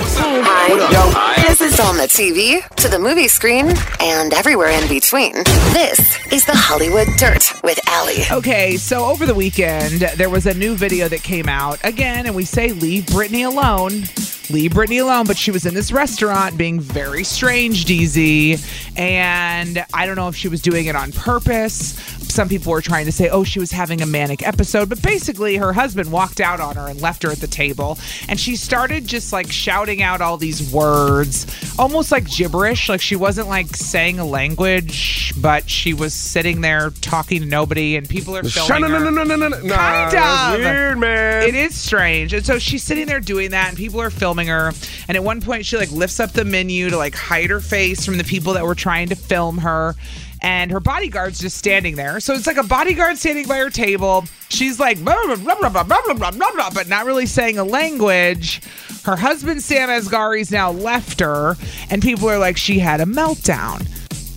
Hi. This is on the TV, to the movie screen, and everywhere in between. This is the Hollywood Dirt with Allie. Okay, so over the weekend, there was a new video that came out again, and we say, Leave Britney alone. Leave Britney alone. But she was in this restaurant being very strange, DZ. And I don't know if she was doing it on purpose. Some people were trying to say, oh, she was having a manic episode. But basically, her husband walked out on her and left her at the table. And she started just like shouting out all these words, almost like gibberish. Like she wasn't like saying a language, but she was sitting there talking to nobody, and people are filming. Shut- no, no, no, her. no, no, no, no. Nah, Kind that's of. weird, man. It is strange. And so she's sitting there doing that, and people are filming her. And at one point, she like lifts up the menu to like hide her face from the people that were trying to film her. And her bodyguard's just standing there. So it's like a bodyguard standing by her table. She's like, blah, blah, blah, blah, blah, blah, blah, blah, blah, but not really saying a language. Her husband, Sam Asghari's now left her. And people are like, she had a meltdown.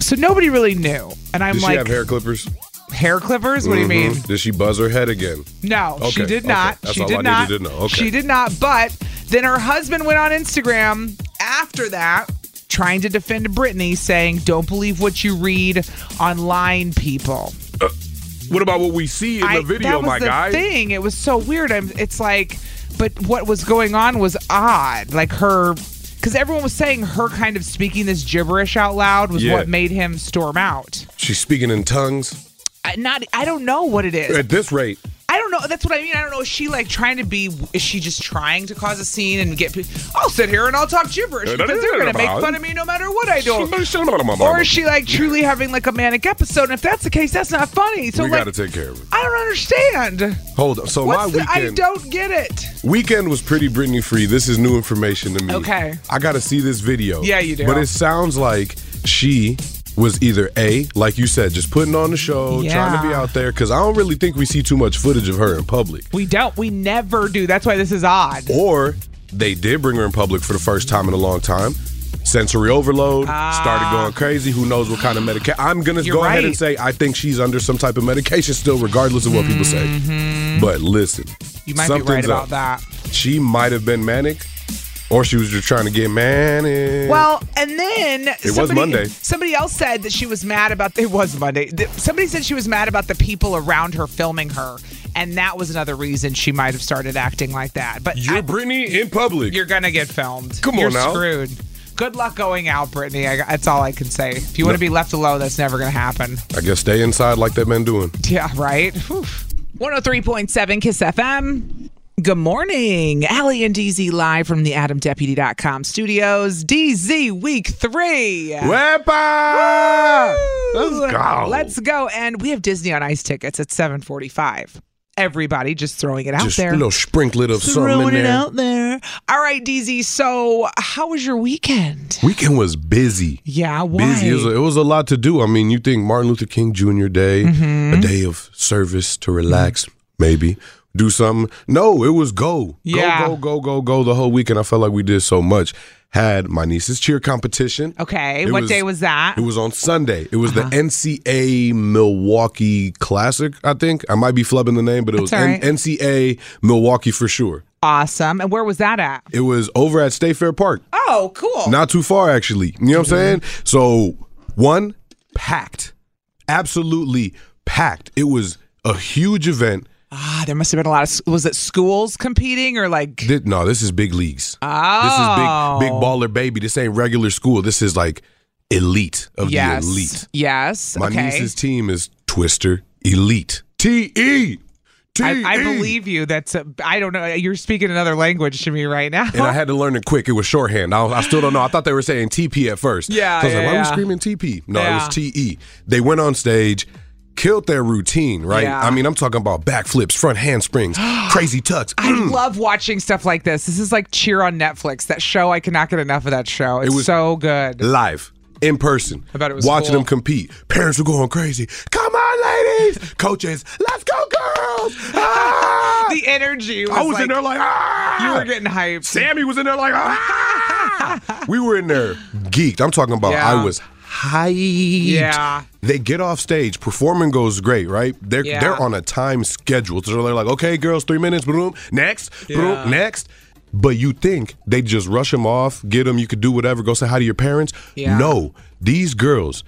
So nobody really knew. And I'm Did she like, have hair clippers? hair clippers? What do you mean? Mhm. Did she buzz her head again? No, she Okay, did okay. not. That's she all did I not. needed to know. Okay. She did not. But then her husband went on Instagram after that, trying to defend Britney, saying, "Don't believe what you read online, people." What about what we Uh, see in I- the video, that was my the guy? Thing, it was so weird. I'm, it's like, but what was going on was odd. Like her, because everyone was saying her kind of speaking this gibberish out loud was Yeah. what made him storm out. She's speaking in tongues. I, not, I don't know what it is. At this rate, I don't know. That's what I mean. I don't know. Is she like trying to be? Is she just trying to cause a scene and get? pe- I'll sit here and I'll talk gibberish because they're gonna make fun of me no matter what I do. Or is she like truly having like a manic episode? And if that's the case, that's not funny. So we like, gotta take care of it. I don't understand. Hold up. So my What's the, I weekend don't get it. weekend was pretty Britney free. This is new information to me. Okay. I gotta see this video. Yeah, you do. But it sounds like she was either A, like you said, just putting on the show, trying to be Yeah. out there, because I don't really think we see too much footage of her in public. We don't. We never do. That's why this is odd. Or they did bring her in public for the first time in a long time. Sensory overload, started going crazy. Who knows what kind of medication? I'm gonna Ah. You're go ahead and right. say I think she's under some type of medication still, regardless of what people say. But listen, Mm-hmm. You might be something's right about up. that. She might have been manic, or she was just trying to get manic. Well, and then it was Monday. Somebody else said that she was mad about it was Monday. Th- Somebody said she was mad about the people around her filming her, and that was another reason she might have started acting like that. But you're I- Britney in public. you're gonna get filmed. Come on you're now. screwed. Good luck going out, Brittany. I, that's all I can say. If you want to be left alone, that's never gonna happen. I guess stay inside like they've been doing. Yeah, right. Whew. 103.7 Kiss FM. Good morning. Allie and DZ live from the AdamDeputy.com studios. DZ week three. Wepa! Let's go. Let's go. And we have Disney on Ice tickets at 745. Everybody just throwing it out just there. a little sprinklet of something in throwing it there. out there. All right, DZ. So how was your weekend? Weekend was busy. Yeah, why? busy. It was, a, it was a lot to do. I mean, you think Martin Luther King Jr. Day, Mm-hmm. a day of service to relax, maybe do something. No, it was go, Yeah. go, go, go, go, go. The whole weekend, I felt like we did so much. Had my niece's cheer competition. okay. Uh-huh. It What day was that? It was on Sunday. It was the NCA Milwaukee Classic, I think. I might be flubbing the name, but it was all right. N- NCA Milwaukee for sure. awesome. And where was that at? It was over at State Fair Park. Oh, cool. Not too far, actually. You know what I'm saying? So, one, packed. Absolutely packed. It was a huge event. Ah, there must have been a lot of. s- Was it schools competing or like? Thi- no, this is big leagues. Oh, This is big, big baller baby. This ain't regular school. This is like elite of Yes, the elite. yes. My okay. niece's team is Twister Elite. T E T E. I, I believe you. That's. A, I don't know. You're speaking another language to me right now. And I had to learn it quick. It was shorthand. I, I still don't know. I thought they were saying TP at first. Yeah, So I was yeah, like, why are we yeah. screaming TP? No, Yeah. it was TE. They went on stage, killed their routine, right? Yeah. I mean, I'm talking about backflips, front handsprings, crazy tucks. I love watching stuff like this. This is like Cheer on Netflix. That show, I cannot get enough of that show. It's was- so good. live in person. I bet it was watching cool. them compete. Parents were going crazy. Come on, ladies. Coaches, let's go, girls. Ah! The energy. Was I was like, in there like, ah! You were getting hyped. Sammy was in there like, ah! we were in there geeked. I'm talking about. Yeah. I was hyped. Yeah. They get off stage, performing goes great, right? They're Yeah. they're on a time schedule, so they're like, okay, girls, three minutes, boom, next, Yeah. boom, next. But you think they just rush them off, get them, you could do whatever, go say hi to your parents? Yeah. No, these girls,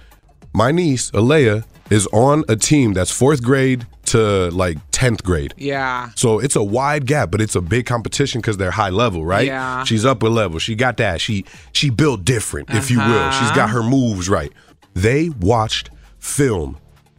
my niece Alea is on a team that's fourth grade to like tenth grade. Yeah. So it's a wide gap, but it's a big competition because they're high level, right? Yeah. She's upper level. She got that. She she built different, if you will. She's got her Uh-huh. moves right. They watched film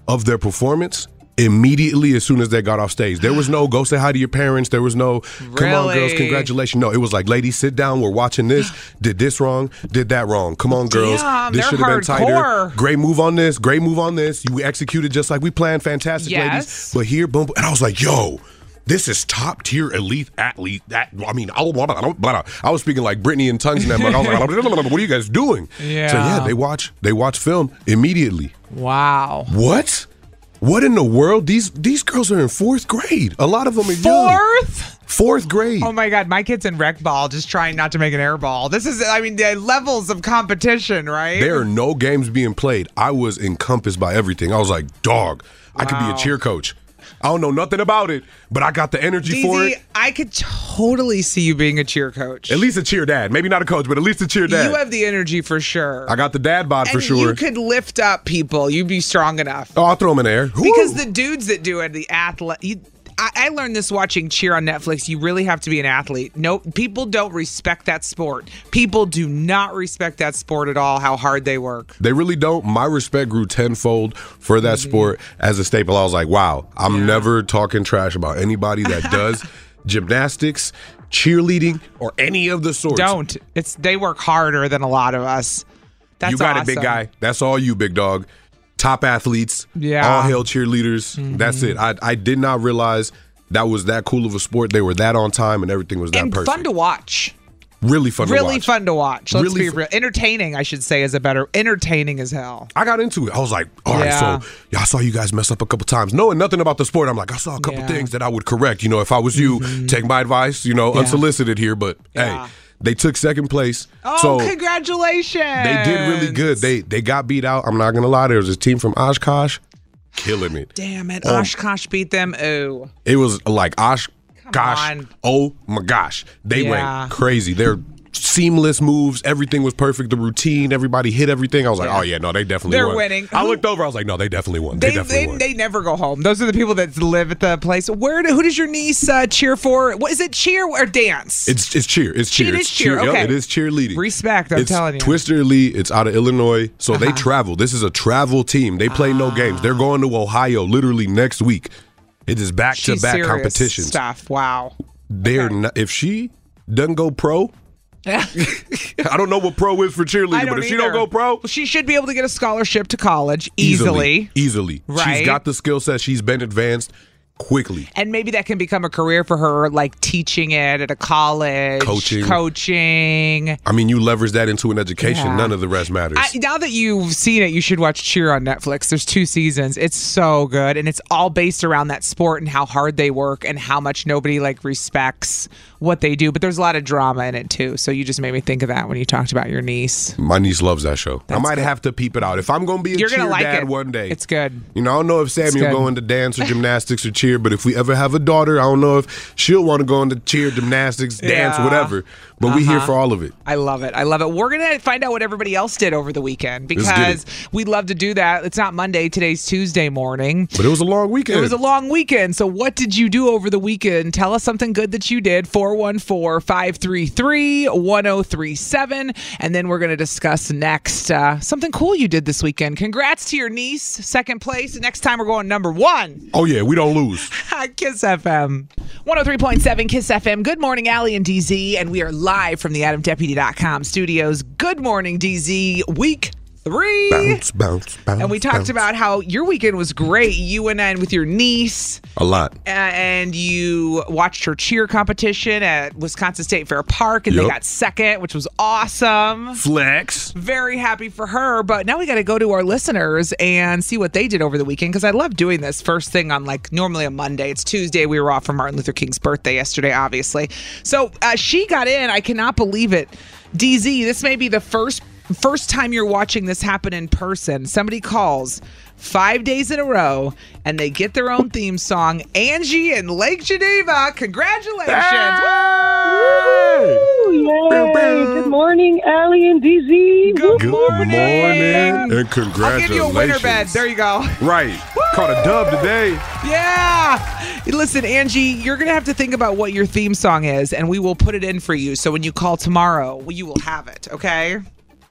of their performance immediately as soon as they got off stage. There was no go say hi to your parents. There was no come on girls, Really? congratulations. No, it was like ladies, sit down. We're watching this. Did this wrong? Did that wrong? Come on girls. Damn, this they're should have been tighter. hardcore. Great move on this. Great move on this. You executed just like we planned. Fantastic Yes. ladies. But here, boom, boom. and I was like, yo, this is top tier elite athlete. That I mean, I, blah, blah, blah, blah. I was speaking like Britney and tongues, and I'm like, I was like, blah, blah, blah, blah, what are you guys doing? So Yeah. yeah, they watch they watch film immediately. Wow. What? What in the world? These these girls are in fourth grade. A lot of them are young. Fourth? Fourth grade. Oh my God, my kid's in rec ball just trying not to make an air ball. This is, I mean, the levels of competition, right? There are no games being played. I was encompassed by everything. I was like, dog, I could be Wow. a cheer coach. I don't know nothing about it, but I got the energy for DZ, it. I could totally see you being a cheer coach. At least a cheer dad. Maybe not a coach, but at least a cheer dad. you have the energy for sure. I got the dad bod for and sure. You could lift up people. You'd be strong enough. oh, I'll throw him in the air. Whoo! Because the dudes that do it, the athlete. You, I, I learned this watching cheer on Netflix. You really have to be an athlete. No, people don't respect that sport. People do not respect that sport at all. How hard they work. they really don't. My respect grew tenfold for that Mm-hmm. sport as a staple. I was like, wow, I'm never talking trash about anybody that does gymnastics, cheerleading, or any of the sorts. Don't. It's they work harder than a lot of us. That's you got awesome. it, big guy. That's all you, big dog. Top athletes, Yeah. Mm-hmm. all hail cheerleaders. That's it. I, I did not realize that was that cool of a sport. They were that on time and everything was that And perfect. fun to watch. really fun to really watch. fun to watch. Let's Really be fu- real. Entertaining, I should say, is a better entertaining as hell. I got into it. I was like, all right, Yeah. so yeah, I saw you guys mess up a couple times. Knowing nothing about the sport, I'm like, I saw a couple Yeah. Mm-hmm. things that I would correct. You know, if I was you, take my advice, you know, unsolicited here, but Yeah. hey, they took second place. Oh, so congratulations! they did really good. They they got beat out. I'm not gonna lie, there was a team from Oshkosh killing it. Damn it! Oh. Oshkosh beat them. Ooh. It was like Osh, gosh, on. oh my gosh, they Yeah. went crazy. Their seamless moves, everything was perfect. The routine, everybody hit everything. I was like, Yeah. oh yeah, no, they definitely They're won. winning. I Who- looked over, I was like, no, they definitely won. They, They, definitely they, won. they never go home. Those are the people that live at the place. Where do, who does your niece uh, cheer for? What is it? Cheer or dance? it's it's cheer. It's It cheer. is it's cheer, Yup, okay. it is cheerleading. Respect, I'm It's telling you. Uh-huh. Twister Elite. It's out of Illinois, so they travel. This is a travel team. They play Ah. no games. They're going to Ohio literally next week. It is back to She's back serious competitions. stuff. Wow. They're not, if she doesn't go pro, I don't know what pro is for I cheerleading, but if she either. don't go pro, she should be able to get a scholarship to college easily. easily, easily. Right? she's got the skill set. She's been advanced quickly. And maybe that can become a career for her, like teaching it at a college, Coaching. coaching. I mean, you leverage that into an education. Yeah. None of the rest matters. I, now that you've seen it, you should watch Cheer on Netflix. There's two seasons. It's so good, and it's all based around that sport and how hard they work and how much nobody like respects what they do, but there's a lot of drama in it too. So you just made me think of that when you talked about your niece. My niece loves that show. I might have to peep it out. If I'm going to be a You're cheer gonna like dad it. one day. It's good. You know, I don't know if Samuel good. go into dance or gymnastics or cheer, but if we ever have a daughter, I don't know if she'll want to go into cheer, gymnastics, dance, Yeah. Uh-huh. whatever. But we here for all of it. I love it. I love it. We're gonna find out what everybody else did over the weekend Let's get it. because we love to do that. It's not Monday. Today's Tuesday morning. But it was a long weekend. It was a long weekend. So, what did you do over the weekend? Tell us something good that you did. 414 533 1037. And then we're going to discuss next uh, something cool you did this weekend. Congrats to your niece, second place. Next time we're going number one. oh, yeah, we don't lose. Kiss FM. 103.7 Kiss FM. Good morning, Allie and DZ. And we are live from the AdamDeputy.com studios. Good morning, DZ. Week three. Bounce, bounce, bounce. And we talked bounce. about how your weekend was great. You and I with your niece a lot. uh, and you watched her cheer competition at Wisconsin State Fair Park, and they Yep. got second, which was awesome. Flex. Very happy for her. But now we got to go to our listeners and see what they did over the weekend because I love doing this first thing on like normally a Monday. It's Tuesday. We were off for Martin Luther King's birthday yesterday, obviously. So uh, she got in. I cannot believe it. DZ, this may be the first. First time you're watching this happen in person, somebody calls five days in a row and they get their own theme song. Angie and Lake Geneva, congratulations! Woo! Ooh, yay. Good morning, Allie and DZ. Woo. Good morning. morning. And congratulations. I'll give you a winner bed. There you go. Right. Caught a dub today. Yeah. Listen, Angie, you're going to have to think about what your theme song is, and we will put it in for you. So when you call tomorrow, you will have it, okay?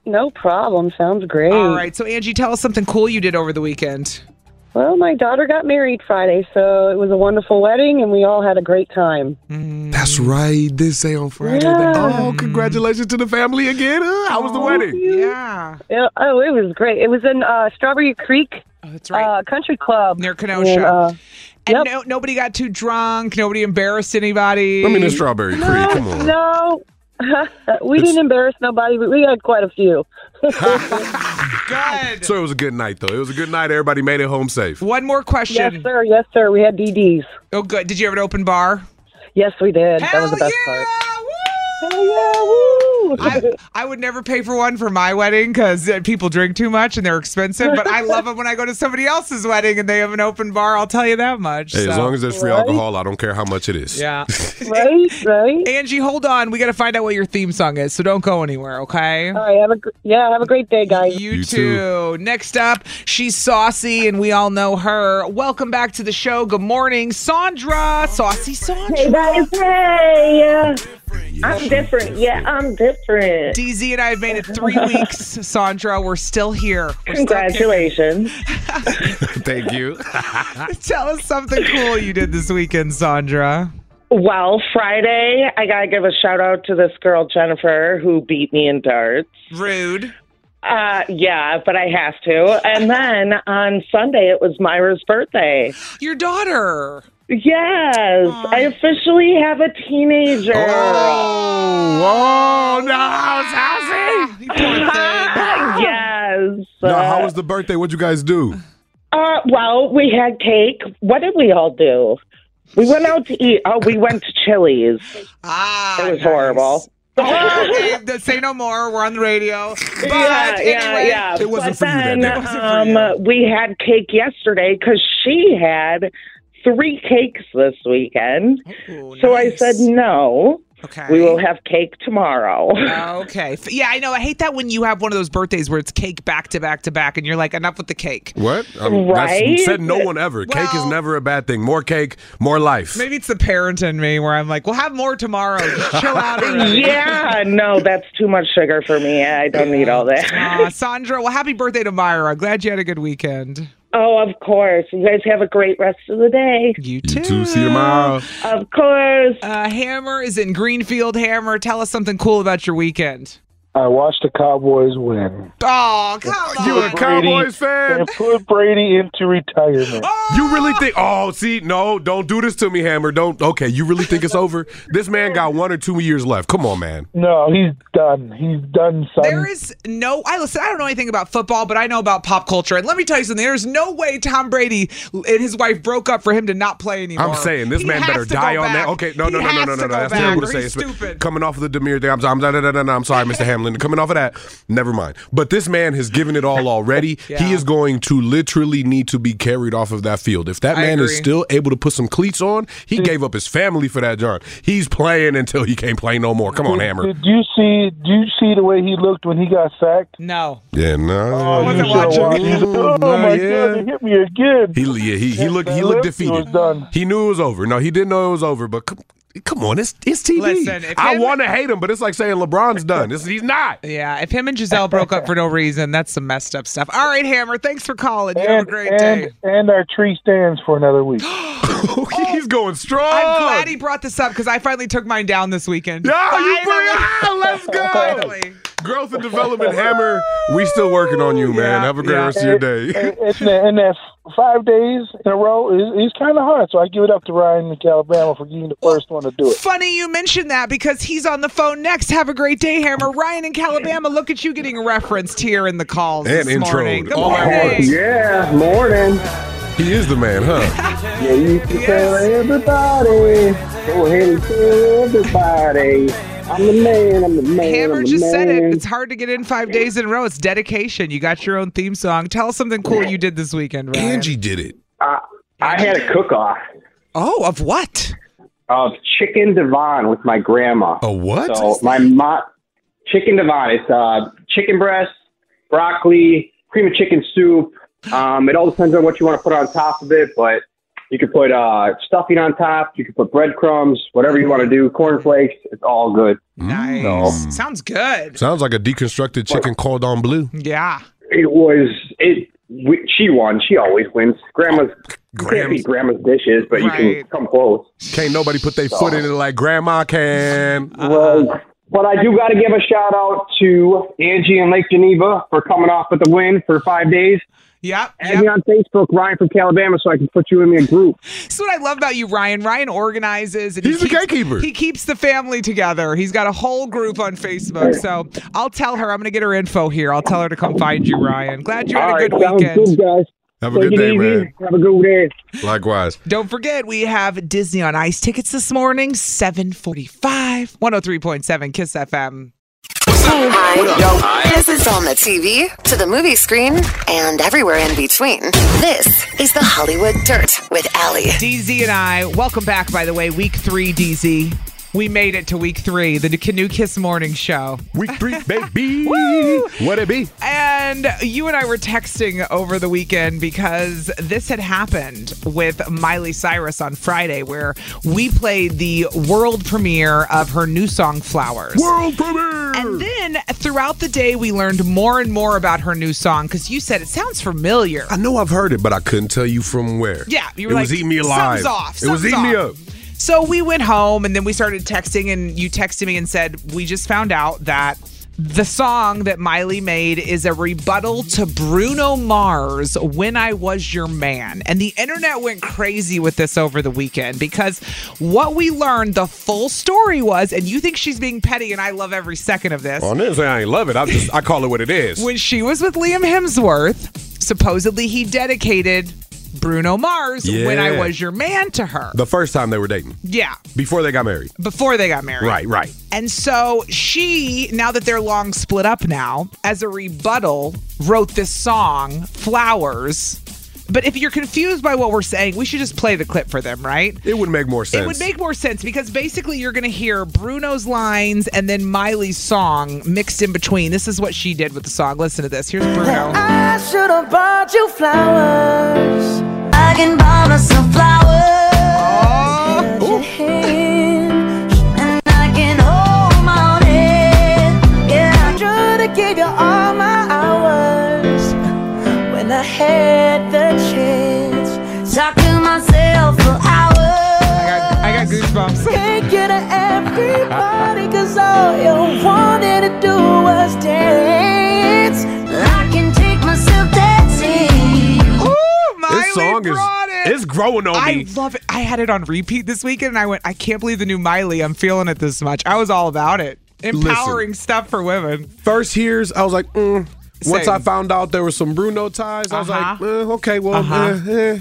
No problem. Sounds great. All right. So, Angie, tell us something cool you did over the weekend. Well, my daughter got married Friday, so it was a wonderful wedding, and we all had a great time. Mm. That's right. Did say on Friday. that- Oh, congratulations to the family again. Uh, how was the wedding? Yeah. Yeah, oh, it was great. It was in uh, Strawberry Creek Oh, that's right. uh, Country Club Near Kenosha. And, uh, and yep. no, nobody got too drunk. Nobody embarrassed anybody. I mean, it's Strawberry Creek. Come on. no, we didn't embarrass nobody, but we had quite a few. Good. So it was a good night, though. It was a good night. Everybody made it home safe. One more question. Yes, sir. Yes, sir. We had DDs. Oh, good. Did you have an open bar? Yes, we did. that was the Hell best yeah! part. Woo! Oh, yeah, woo. I, I would never pay for one for my wedding because people drink too much and they're expensive. But I love it when I go to somebody else's wedding and they have an open bar. I'll tell you that much. Hey, as so. long as there's free Right? alcohol, I don't care how much it is. yeah. right, right. Angie, hold on. We got to find out what your theme song is, so don't go anywhere, okay? All right. Have a gr- yeah. Have a great day, guys. You, You too. too. Next up, she's saucy, and we all know her. Welcome back to the show. Good morning, Sandra. Saucy Sandra. guys, uh, hey, I'm different. Yeah, I'm different. DZ and I have made it three weeks, Sandra. We're still here. We're still kicking. Congratulations. Thank you. Tell us something cool you did this weekend, Sandra. Well, Friday, I gotta give a shout out to this girl Jennifer who beat me in darts. Rude. Uh, yeah, but I have to. And then on Sunday, it was Myra's birthday. Your daughter. Yes, I officially have a teenager. Oh, no, Saucy. You poor thing. yes. Now, how was the birthday? What'd you guys do? Uh, well, we had cake. What did we all do? We went out to eat. Oh, we went to Chili's. Ah, It was nice. horrible. Okay, th- say no more. We're on the radio. But Oh, yeah, anyway, yeah, yeah. it wasn't for but you that then, day. It wasn't um, we had cake yesterday because she had three cakes this weekend. Ooh, So I Oh, nice. said, no, okay. we will have cake tomorrow. Okay. F- Yeah, I know. I hate that when you have one of those birthdays where it's cake back to back to back, and you're like, enough with the cake. What? Um, that's- Right? said no one ever. cake is Well- never a bad thing. More cake, more life. Maybe it's the parent in me where I'm like, we'll have more tomorrow. Just chill out. already." yeah, Ah, no, that's too much sugar for me. I don't need all that. Aw, Sandra, well, happy birthday to Myra. Glad you had a good weekend. Oh, of course. You guys have a great rest of the day. You too. You too. See you tomorrow. Of course. Uh, Hammer is in Greenfield. Hammer, tell us something cool about your weekend. I watched the Cowboys win. Oh, come on. You a Brady- Cowboys fan? And put Brady into retirement. You really think? Oh, see, no, don't do this to me, Hammer. Don't. Okay, you really think it's over? This man got one or two years left. Come on, man. No, he's done. He's done, son. There is no. I listen. I don't know anything about football, but I know about pop culture. And let me tell you something. There's no way Tom Brady and his wife broke up for him to not play anymore. I'm saying this He man has better to die go on back. that. Okay, no, no, He no, no, has no, to no, no. go That's back, terrible or to say. he's It's- stupid. Coming off of the Demir thing, I'm, I'm, no, no, no, no, no, I'm sorry, Mr. Hamlin. Coming off of that, never mind. But this man has given it all already. Yeah. He is going to literally need to be carried off of that field. If that I man agree. Mm. is still able to put some cleats on, he gave up his family for that John. He's playing until he can't play no more. Come on, Did- Hammer. Did you see? Did you see the way he looked when he got sacked? No. Yeah, no. Oh, you should've watched it. Oh my god, they hit me again. He yeah, he, he looked he That looked lift, he defeated. was done. He knew it was over. No, he didn't know it was over. But come, come on, it's it's TV. Listen, if I him- want to hate him, but it's like saying LeBron's done. It's, he's not. Yeah. If him and Giselle broke up for no reason, that's some messed up stuff. All right, Hammer. Thanks for calling. You have a and, great and, day. and our tree stands for another week. he's going strong. I'm glad he brought this up because I finally took mine down this weekend. Yeah, you bring- Finally. ah, let's go. Finally. Growth and development hammer. We still working on you, man. Yeah, Have a great yeah. rest of your and, day. and that, and that five days in a row is, is kind of hard. So I give it up to Ryan McAlabama for being the first one to do it. Funny you mentioned that because he's on the phone next. Have a great day, Hammer. Ryan in Calabama, look at you getting referenced here in the calls And this introed. morning. Good All at morning. once. Yeah, morning. he is the man, huh? Yeah, you can tell everybody. Go ahead and tell everybody. I'm the man. I'm the man. Hammer just said it. It's hard to get in five days in a row. It's dedication. You got your own theme song. Tell us something cool you did this weekend, Ryan. Angie did it. I had a cook off Oh, of what? of chicken divine with my grandma. A what? So my mom, chicken divine. It's uh, chicken breast, broccoli, cream of chicken soup. Um, it all depends on what you want to put on top of it, but you could put uh, stuffing on top. You could put breadcrumbs, whatever you want to do. Cornflakes. It's all good. Nice. Sounds good. Um, Sounds like a deconstructed chicken cordon bleu. Yeah. It was it. We, she won. She always wins. Grandma's you can't beat grandma's dishes, but you Right. can come close. Can't nobody put their foot in it like grandma can. Well, but I do got to give a shout out to Angie and Lake Geneva for coming off with the win for five days. Yep. Add me yep. on Facebook, Ryan from Calabama, so I can put you in the group. That's what I love about you, Ryan. Ryan organizes. And he He's the keeps- gatekeeper. He keeps the family together. He's got a whole group on Facebook. So I'll tell her. I'm going to get her info here. I'll tell her to come find you, Ryan. Glad you had All a right, good sounds weekend. good, guys. Have a Take good it day, easy. man. Have a good day. Likewise. Don't forget, we have Disney on Ice tickets this morning, 745, 103.7 KISS FM. Hi. This is on the TV, to the movie screen, and everywhere in between. This is the Hollywood Dirt with Allie. DZ and I, welcome back, by the way, week three, DZ. We made it to week three, the Canoe Kiss Morning Show. Week three, baby. Woo! what it be? And you and I were texting over the weekend because this had happened with Miley Cyrus on Friday, where we played the world premiere of her new song, Flowers. World premiere. And then throughout the day, we learned more and more about her new song because you said it sounds familiar. I know I've heard it, but I couldn't tell you from where. Yeah, you were it like, was eating me alive. "Something's It off, was something's eating me off." up. So we went home and then we started texting, and you texted me and said, We just found out that the song that Miley made is a rebuttal to Bruno Mars, When I Was Your Man. And the internet went crazy with this over the weekend because what we learned the full story was, and you think she's being petty, and I love every second of this. On this, I ain't love it. I just I call it what it is. When she was with Liam Hemsworth, supposedly he dedicated Bruno Mars, Yeah. When I Was Your Man, to her. the first time they were dating, yeah, before they got married. before they got married. Right, right. And so she, now that they're long split up now, as a rebuttal, wrote this song, Flowers. But if you're confused by what we're saying, we should just play the clip for them, right? It would make more sense. It would make more sense because basically you're going to hear Bruno's lines and then Miley's song mixed in between. This is what she did with the song. Listen to this. Here's Bruno. I should have bought you flowers. I can buy myself flowers. Your hand, and I can hold my own head. Yeah, I should have gave you all my hours when I had the chance. Talk to myself for hours. I got, I got goosebumps. Can't get to everybody, cause all you wanted to do was song is brought it. it's growing on I me. love it. I had it on repeat this weekend, and I went. I can't believe the new Miley. I'm feeling it this much. I was all about it. Empowering stuff for women. First hears, I was like, mm. once Same. I found out there was some Bruno ties, I was like, Uh-huh. eh, okay, well, Uh-huh. eh, eh.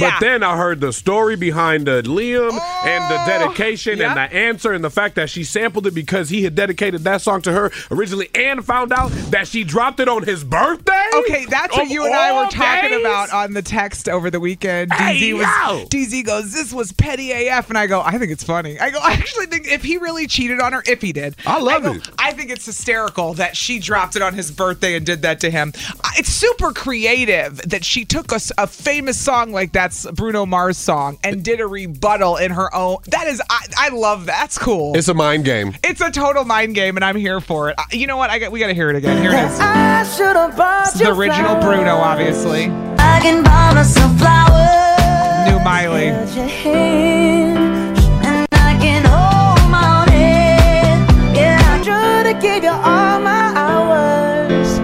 But then I heard the story behind the Liam and Oh, the dedication and the answer and the fact that she sampled it because he had dedicated that song to her originally and found out that she dropped it on his birthday. Okay, that's what Of you and I were all talking days? about Uh, on the text over the weekend. Hey, DZ was yo! DZ goes, "This was petty AF," and I go, "I think it's funny." I go, "I actually think if he really cheated on her, if he did, I love it. I think it's hysterical that she dropped it on his birthday and did that to him. I- It's super creative that she took a, s- a famous song like that's Bruno Mars song and did a rebuttal in her own. That is, I, I love that. That's cool. It's a mind game. It's a total mind game, and I'm here for it. I- You know what? I got we got to hear it again. Here it is. I should have bought It's the you original flowers. Bruno, obviously. I can buy myself flowers. New Miley. Held your hand, and I can hold my own head. Yeah, I tried to give you all my hours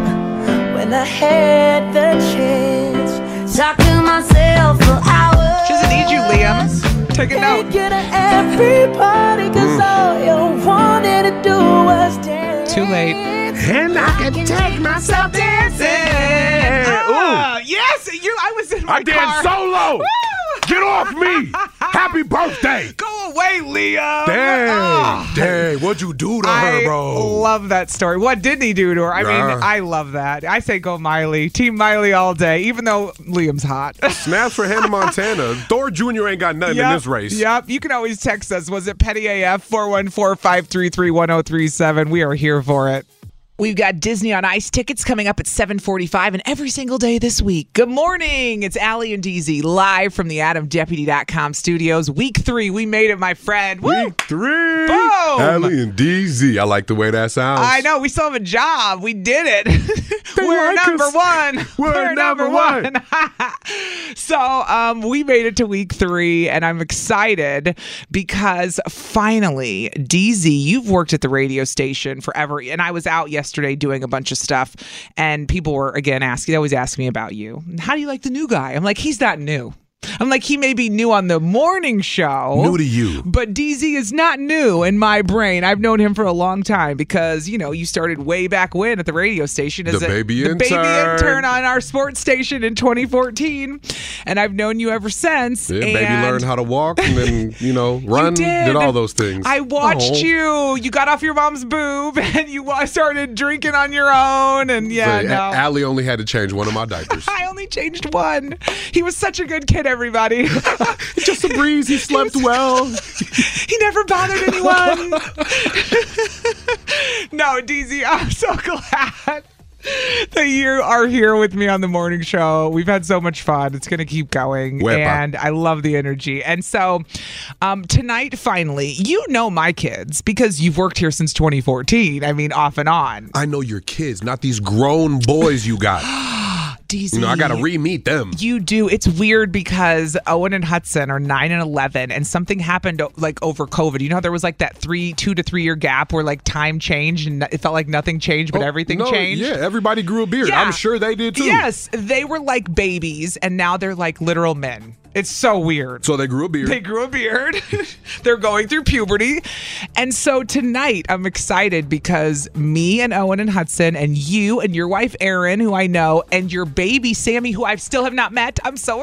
when I had the chance. Talk to myself for hours. She doesn't need you, Liam. Take it out. Get at every party 'cause all you wanted to do was dance. Too late. And I can take myself dancing. Ah, yes, you. I was in my I car. danced solo. Get off me. Happy birthday. Go away, Liam. Dang, Ah. dang, what'd you do to I her, bro? love that story. What did he do to her? I mean, Nah. I love that. I say go Miley, Team Miley all day, even though Liam's hot. Snaps for Hannah Montana. Thor Jr. ain't got nothing in this race. Yep. You can always text us. Was it Petty AF 414 533 1037? We are here for it. We've got Disney on Ice tickets coming up at 7:45 and every single day this week. Good morning. It's Allie and DZ live from the AdamDeputy.com studios. Week 3. We made it, my friend. Woo! Week 3. Boom. Allie and DZ. I like the way that sounds. I know. We still have a job. We did it. We're like number us. one. We're number one. so um, we made it to week three, and I'm excited because finally, DZ, you've worked at the radio station forever, and I was out yesterday doing a bunch of stuff, and people were again asking. They always ask me about you. How do you like the new guy? I'm like, he's not new. I'm like, he may be new on the morning show. New to you. But DZ is not new in my brain. I've known him for a long time because, you know, you started way back when at the radio station as The a baby the baby intern. intern on our sports station in 2014. And I've known you ever since. Yeah, baby and learned how to walk and then, you know, run. did. all those things. I watched Oh. you. You got off your mom's boob and you wa- started drinking on your own. And yeah, But no. A- Allie only had to change one of my diapers. I only changed one. He was such a good kid, everybody. Just a breeze. He slept well. he never bothered anyone. no, DZ, I'm so glad that you are here with me on the morning show. We've had so much fun. It's going to keep going. Wepa. And I love the energy. And so um, tonight, finally, you know my kids because you've worked here since 2014. I mean, off and on. I know your kids, not these grown boys you got. DZ. you know, I got to re meet them. You do. It's weird because Owen and Hudson are nine and eleven, and something happened like over COVID. You know, how there was like that three, two to three year gap where like time changed, and it felt like nothing changed, but Oh, everything no, changed. Yeah, everybody grew a beard. Yeah. I'm sure they did too. Yes, they were like babies, and now they're like literal men. It's so weird. So they grew a beard. They grew a beard. They're going through puberty. And so tonight, I'm excited because me and Owen and Hudson, and you and your wife, Erin, who I know, and your baby, Sammy, who I still have not met. I'm so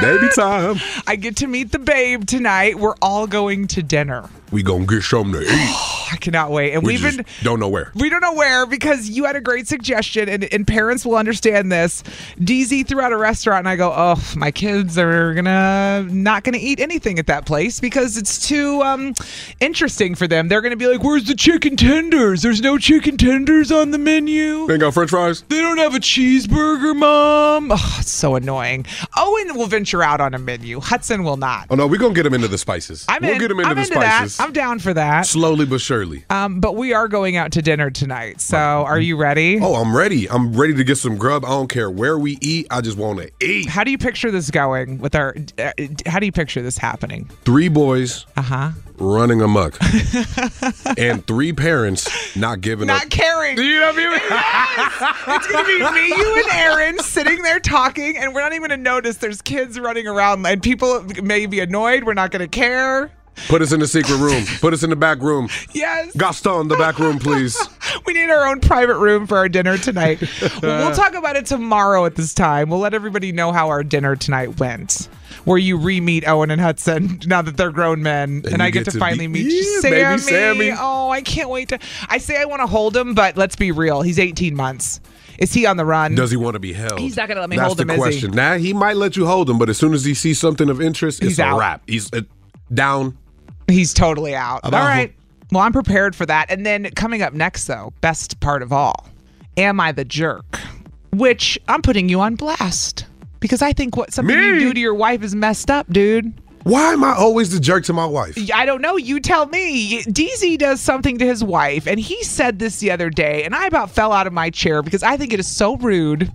Baby time. I get to meet the babe tonight. We're all going to dinner. We going to get something to eat. Oh, I cannot wait. And we we've just been. don't know where. We don't know where because you had a great suggestion, and, and parents will understand this. DZ threw out a restaurant, and I go, "Oh, my kids are gonna not gonna eat anything at that place because it's too um, interesting for them. They're gonna be like, "Where's the chicken tenders? There's no chicken tenders on the menu. They ain't got French fries. They don't have a cheeseburger, mom. Ugh, it's so annoying." Owen will venture out on a menu. Hudson will not. Oh no, we gonna get them into the spices. I'm we'll in. get them into I'm the into spices. that. I'm down for that. Slowly but surely. Um, but we are going out to dinner tonight. So are you ready? Oh, I'm ready. I'm ready to get some grub. I don't care where we eat. I just want to eat. How do you picture this going with our? Uh, how do you picture this happening? Three boys Uh-huh. running amok, and three parents not giving Not up. caring. Do you know what I mean? it's gonna be me, you, and Aaron sitting there talking, and we're not even gonna notice there's kids running around, and people may be annoyed. We're not gonna care. Put us in the secret room. Put us in the back room. Yes. Gaston, the back room, please. We need our own private room for our dinner tonight. Well, we'll talk about it tomorrow at this time. We'll let everybody know how our dinner tonight went, where you re meet Owen and Hudson now that they're grown men, and, you I get, get to, to finally be- meet Yeah, Sammy. baby Sammy. Oh, I can't wait to. I say I want to hold him, but let's be real. He's 18 months. Is he on the run? Does he want to be held? He's not gonna let me That's hold the him, is he? question. Now he might let you hold him, but as soon as he sees something of interest, He's it's a out. wrap. He's uh, down. He's totally out. About all right. Well, I'm prepared for that. And then coming up next, though, best part of all, am I the jerk? Which I'm putting you on blast because I think what something you Me? do to your wife is messed up, dude. Why am I always the jerk to my wife? I don't know. You tell me. DZ does something to his wife, and he said this the other day, and I about fell out of my chair because I think it is so rude.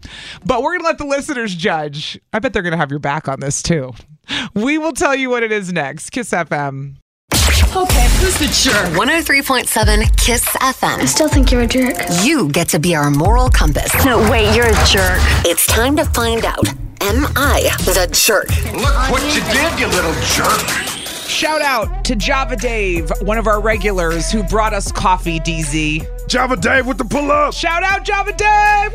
But we're going to let the listeners judge. I bet they're going to have your back on this, too. We will tell you what it is next. Kiss FM. Okay, who's the jerk? 103.7 Kiss FM. I still think you're a jerk. You get to be our moral compass. No, wait, you're a jerk. It's time to find out. Am I the jerk? Look what you did, you little jerk. Shout out to Java Dave, one of our regulars who brought us coffee, DZ. Java Dave with the pull up. Shout out Java Dave.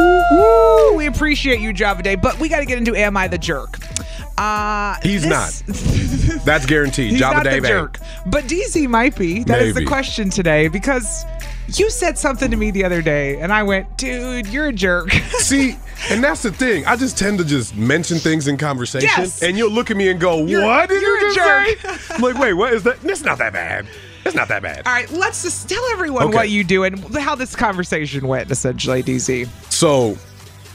Woo! Woo! We appreciate you, Java Dave, but we got to get into Am I the Jerk? Uh, He's not. That's guaranteed. He's Java not Dave the ain't. jerk, but DZ might be. That is the Maybe. question today because you said something to me the other day, and I went, "Dude, you're a jerk." See, and that's the thing. I just tend to just mention things in conversation, Yes. and you'll look at me and go, You're- "What did you're you a just say?" I'm like, wait, what is that? It's not that bad. It's not that bad. All right, let's just tell everyone Okay. what you do and how this conversation went, essentially, DZ. So,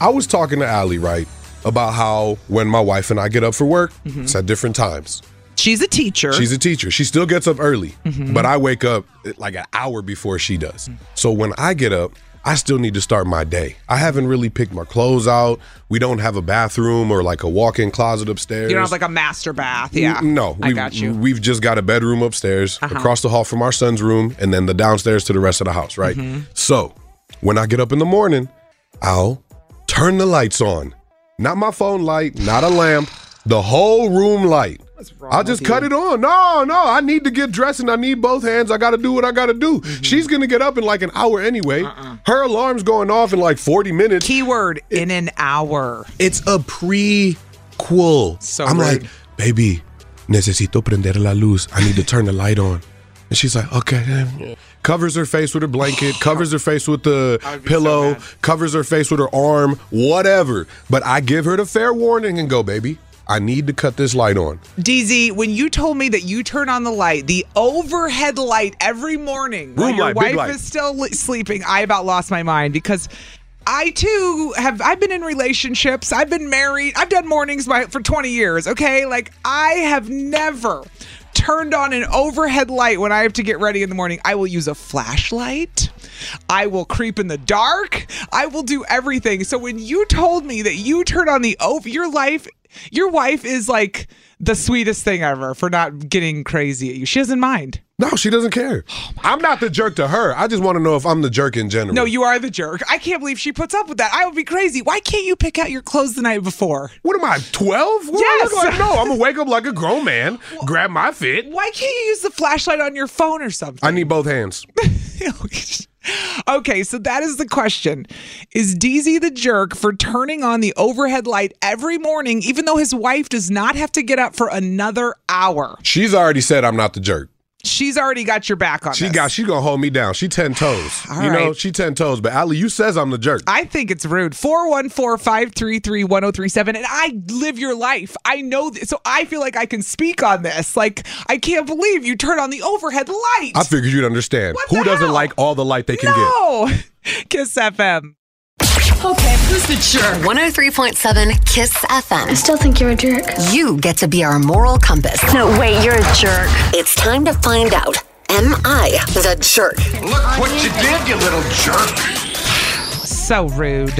I was talking to Allie right about how when my wife and I get up for work, it's at different times. Mm-hmm. She's a teacher. She's a teacher. She still gets up early, Mhm. but I wake up eh, like an hour before she does. Mm. So when I get up, I still need to start my day. I haven't really picked my clothes out. We don't have a bathroom or like a walk-in closet upstairs. You don't have like a master bath. Yeah. N- No, I we've- got you. Uh-huh. We've just got a bedroom upstairs, across the hall from our son's room, and then the downstairs to the rest of the house, right? Mhm. So when I get up in the morning, I'll turn the lights on. Not my phone light, not a lamp, the whole room light. I'll just cut it on. No, no, I need to get dressed and I need both hands. I got to do what I got to do. Mm-hmm. She's going to get up in like an hour anyway. Her alarm's going off in like 40 minutes. Uh-uh. Keyword in an hour. It's a prequel. So I'm rude. like, baby, necesito prender la luz. I need to turn the light on. And she's like, okay. eh." Covers her face with her blanket, covers her face with the pillow, covers her face with her arm, whatever. But I give her the fair warning and go, baby, I need to cut this light on. DZ, when you told me that you turn on the light, the overhead light every morning while Room your light, big wife light. is still li- sleeping, I about lost my mind because I too have I've been in relationships, I've been married, I've done mornings by, for 20 years, okay? Like I have never turned on an overhead light when I have to get ready in the morning. I will use a flashlight. I will creep in the dark. I will do everything. So when you told me that you turn on the over your life your wife is like the sweetest thing ever for not getting crazy at you. She doesn't mind. Oh No, she doesn't care. I'm not the jerk to her. I just want to know if I'm the jerk in general. No, you are the jerk. I can't believe she puts up with that. I would be crazy. Why can't you pick out your clothes the night before? What am I, 12? What do I look Yes. like? No, I'm going to wake up like a grown man, grab my fit. Why can't you use the flashlight on your phone or something? I need both hands. Okay, so that is the question. Is DZ the jerk for turning on the overhead light every morning, even though his wife does not have to get up for another hour? She's already said I'm not the jerk. She's already got your back on She this. got she gonna hold me down. She ten toes. All you know, right. she ten toes. But Ali, you says I'm the jerk. I think it's rude. 414 533 1037. And I live your life. I know. Th- so I feel like I can speak on this. Like, I can't believe you turn on the overhead light. I figured you'd understand. Who doesn't like all the light they can no. Kiss FM. Okay, who's the jerk? 103.7 Kiss FM. I still think you're a jerk. You get to be our moral compass. No, wait, you're a jerk. It's time to find out. Am I the jerk? Look what you did, you little jerk. So rude.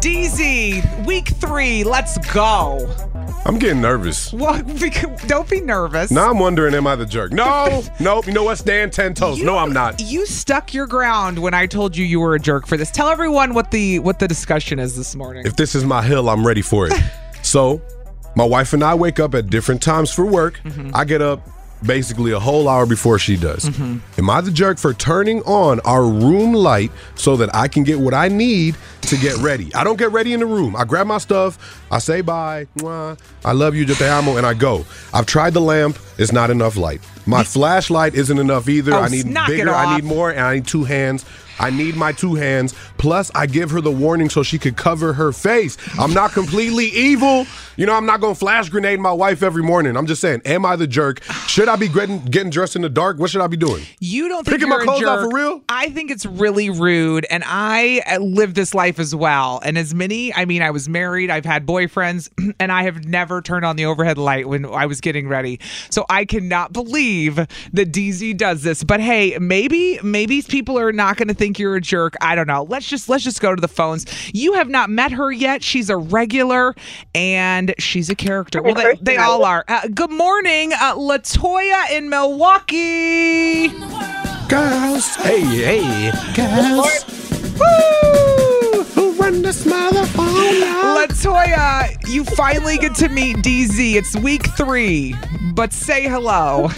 DZ, week three, let's go. I'm getting nervous. Well, because, don't be nervous. Now I'm wondering, am I the jerk? No, nope. You know what? Stand ten toes. no, I'm not. You stuck your ground when I told you you were a jerk for this. Tell everyone what the what the discussion is this morning. If this is my hill, I'm ready for it. so, my wife and I wake up at different times for work. I get up basically a whole hour before she does. Mhm. Am I the jerk for turning on our room light so that I can get what I need to get ready? I don't get ready in the room. I grab my stuff, I say bye, mwah, I love you, te amo, and I go. I've tried the lamp, it's not enough light. My flashlight isn't enough either. Oh, I need knock it bigger, I off. need more, and I need two hands. I need my two hands. Plus, I give her the warning so she could cover her face. I'm not completely evil. You know, I'm not gonna flash grenade my wife every morning. I'm just saying, am I the jerk? Should I be getting, getting dressed in the dark? What should I be doing? You don't think Picking you're my clothes a out jerk. for real? I think it's really rude, and I uh, live this life as well. And as many, I mean, I was married, I've had boyfriends, and I have never turned on the overhead light when I was getting ready. So I cannot believe that DZ does this. But hey, maybe maybe people are not going to think you're a jerk. I don't know. Let's just let's just go to the phones. You have not met her yet. She's a regular, and she's a character. Well, they, they all are. Uh, good morning, uh, Latoya in Milwaukee. Girls. Hey, hey. Girls. Woo! Who run this motherfucker? Latoya, you finally get to meet DZ. It's week three, but say hello.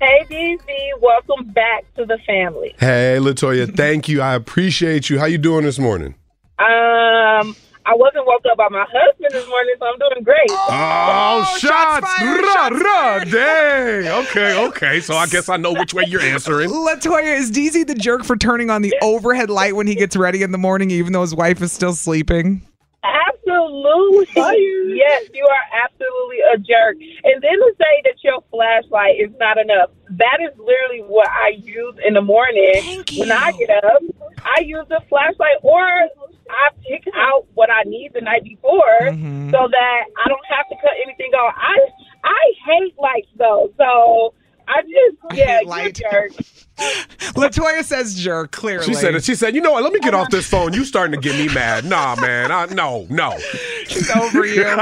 Hey, DZ, welcome back to the family. Hey, Latoya, thank you. I appreciate you. How you doing this morning? Um, I wasn't woken up by my husband this morning, so I'm doing great. Oh, shots! Rah, rah, dang. Okay, okay. So I guess I know which way you're answering. Latoya, is DZ the jerk for turning on the overhead light when he gets ready in the morning, even though his wife is still sleeping? Absolutely. yes, you are absolutely a jerk. And then to say that your flashlight is not enough, that is literally what I use in the morning when I get up. I use the flashlight or I pick out what I need the night before Mm-hmm. so that I don't have to cut anything off. I I hate lights though, so I just yeah, you're a jerk. Latoya says jerk, clearly. She said it. She said, "You know what? Let me get off this phone. You starting to get me mad? Nah, man. I, no, no. She's over you. She's like,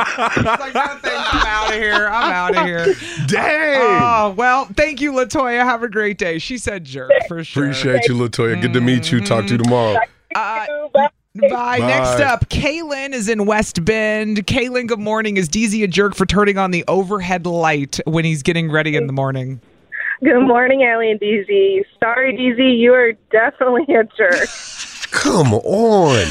no, thanks. I'm out of here. I'm out of here. Dang. Oh, well, thank you, Latoya. Have a great day. She said jerk for sure. Appreciate you, Latoya. Good to meet you. Talk to Mm. you tomorrow. Uh, bye. Next up, Kaylin is in West Bend. Kaylin, good morning. Is DZ a jerk for turning on the overhead light when he's getting ready in the morning? Good morning, Allie and DZ. Sorry, DZ, you are definitely a jerk. Come on.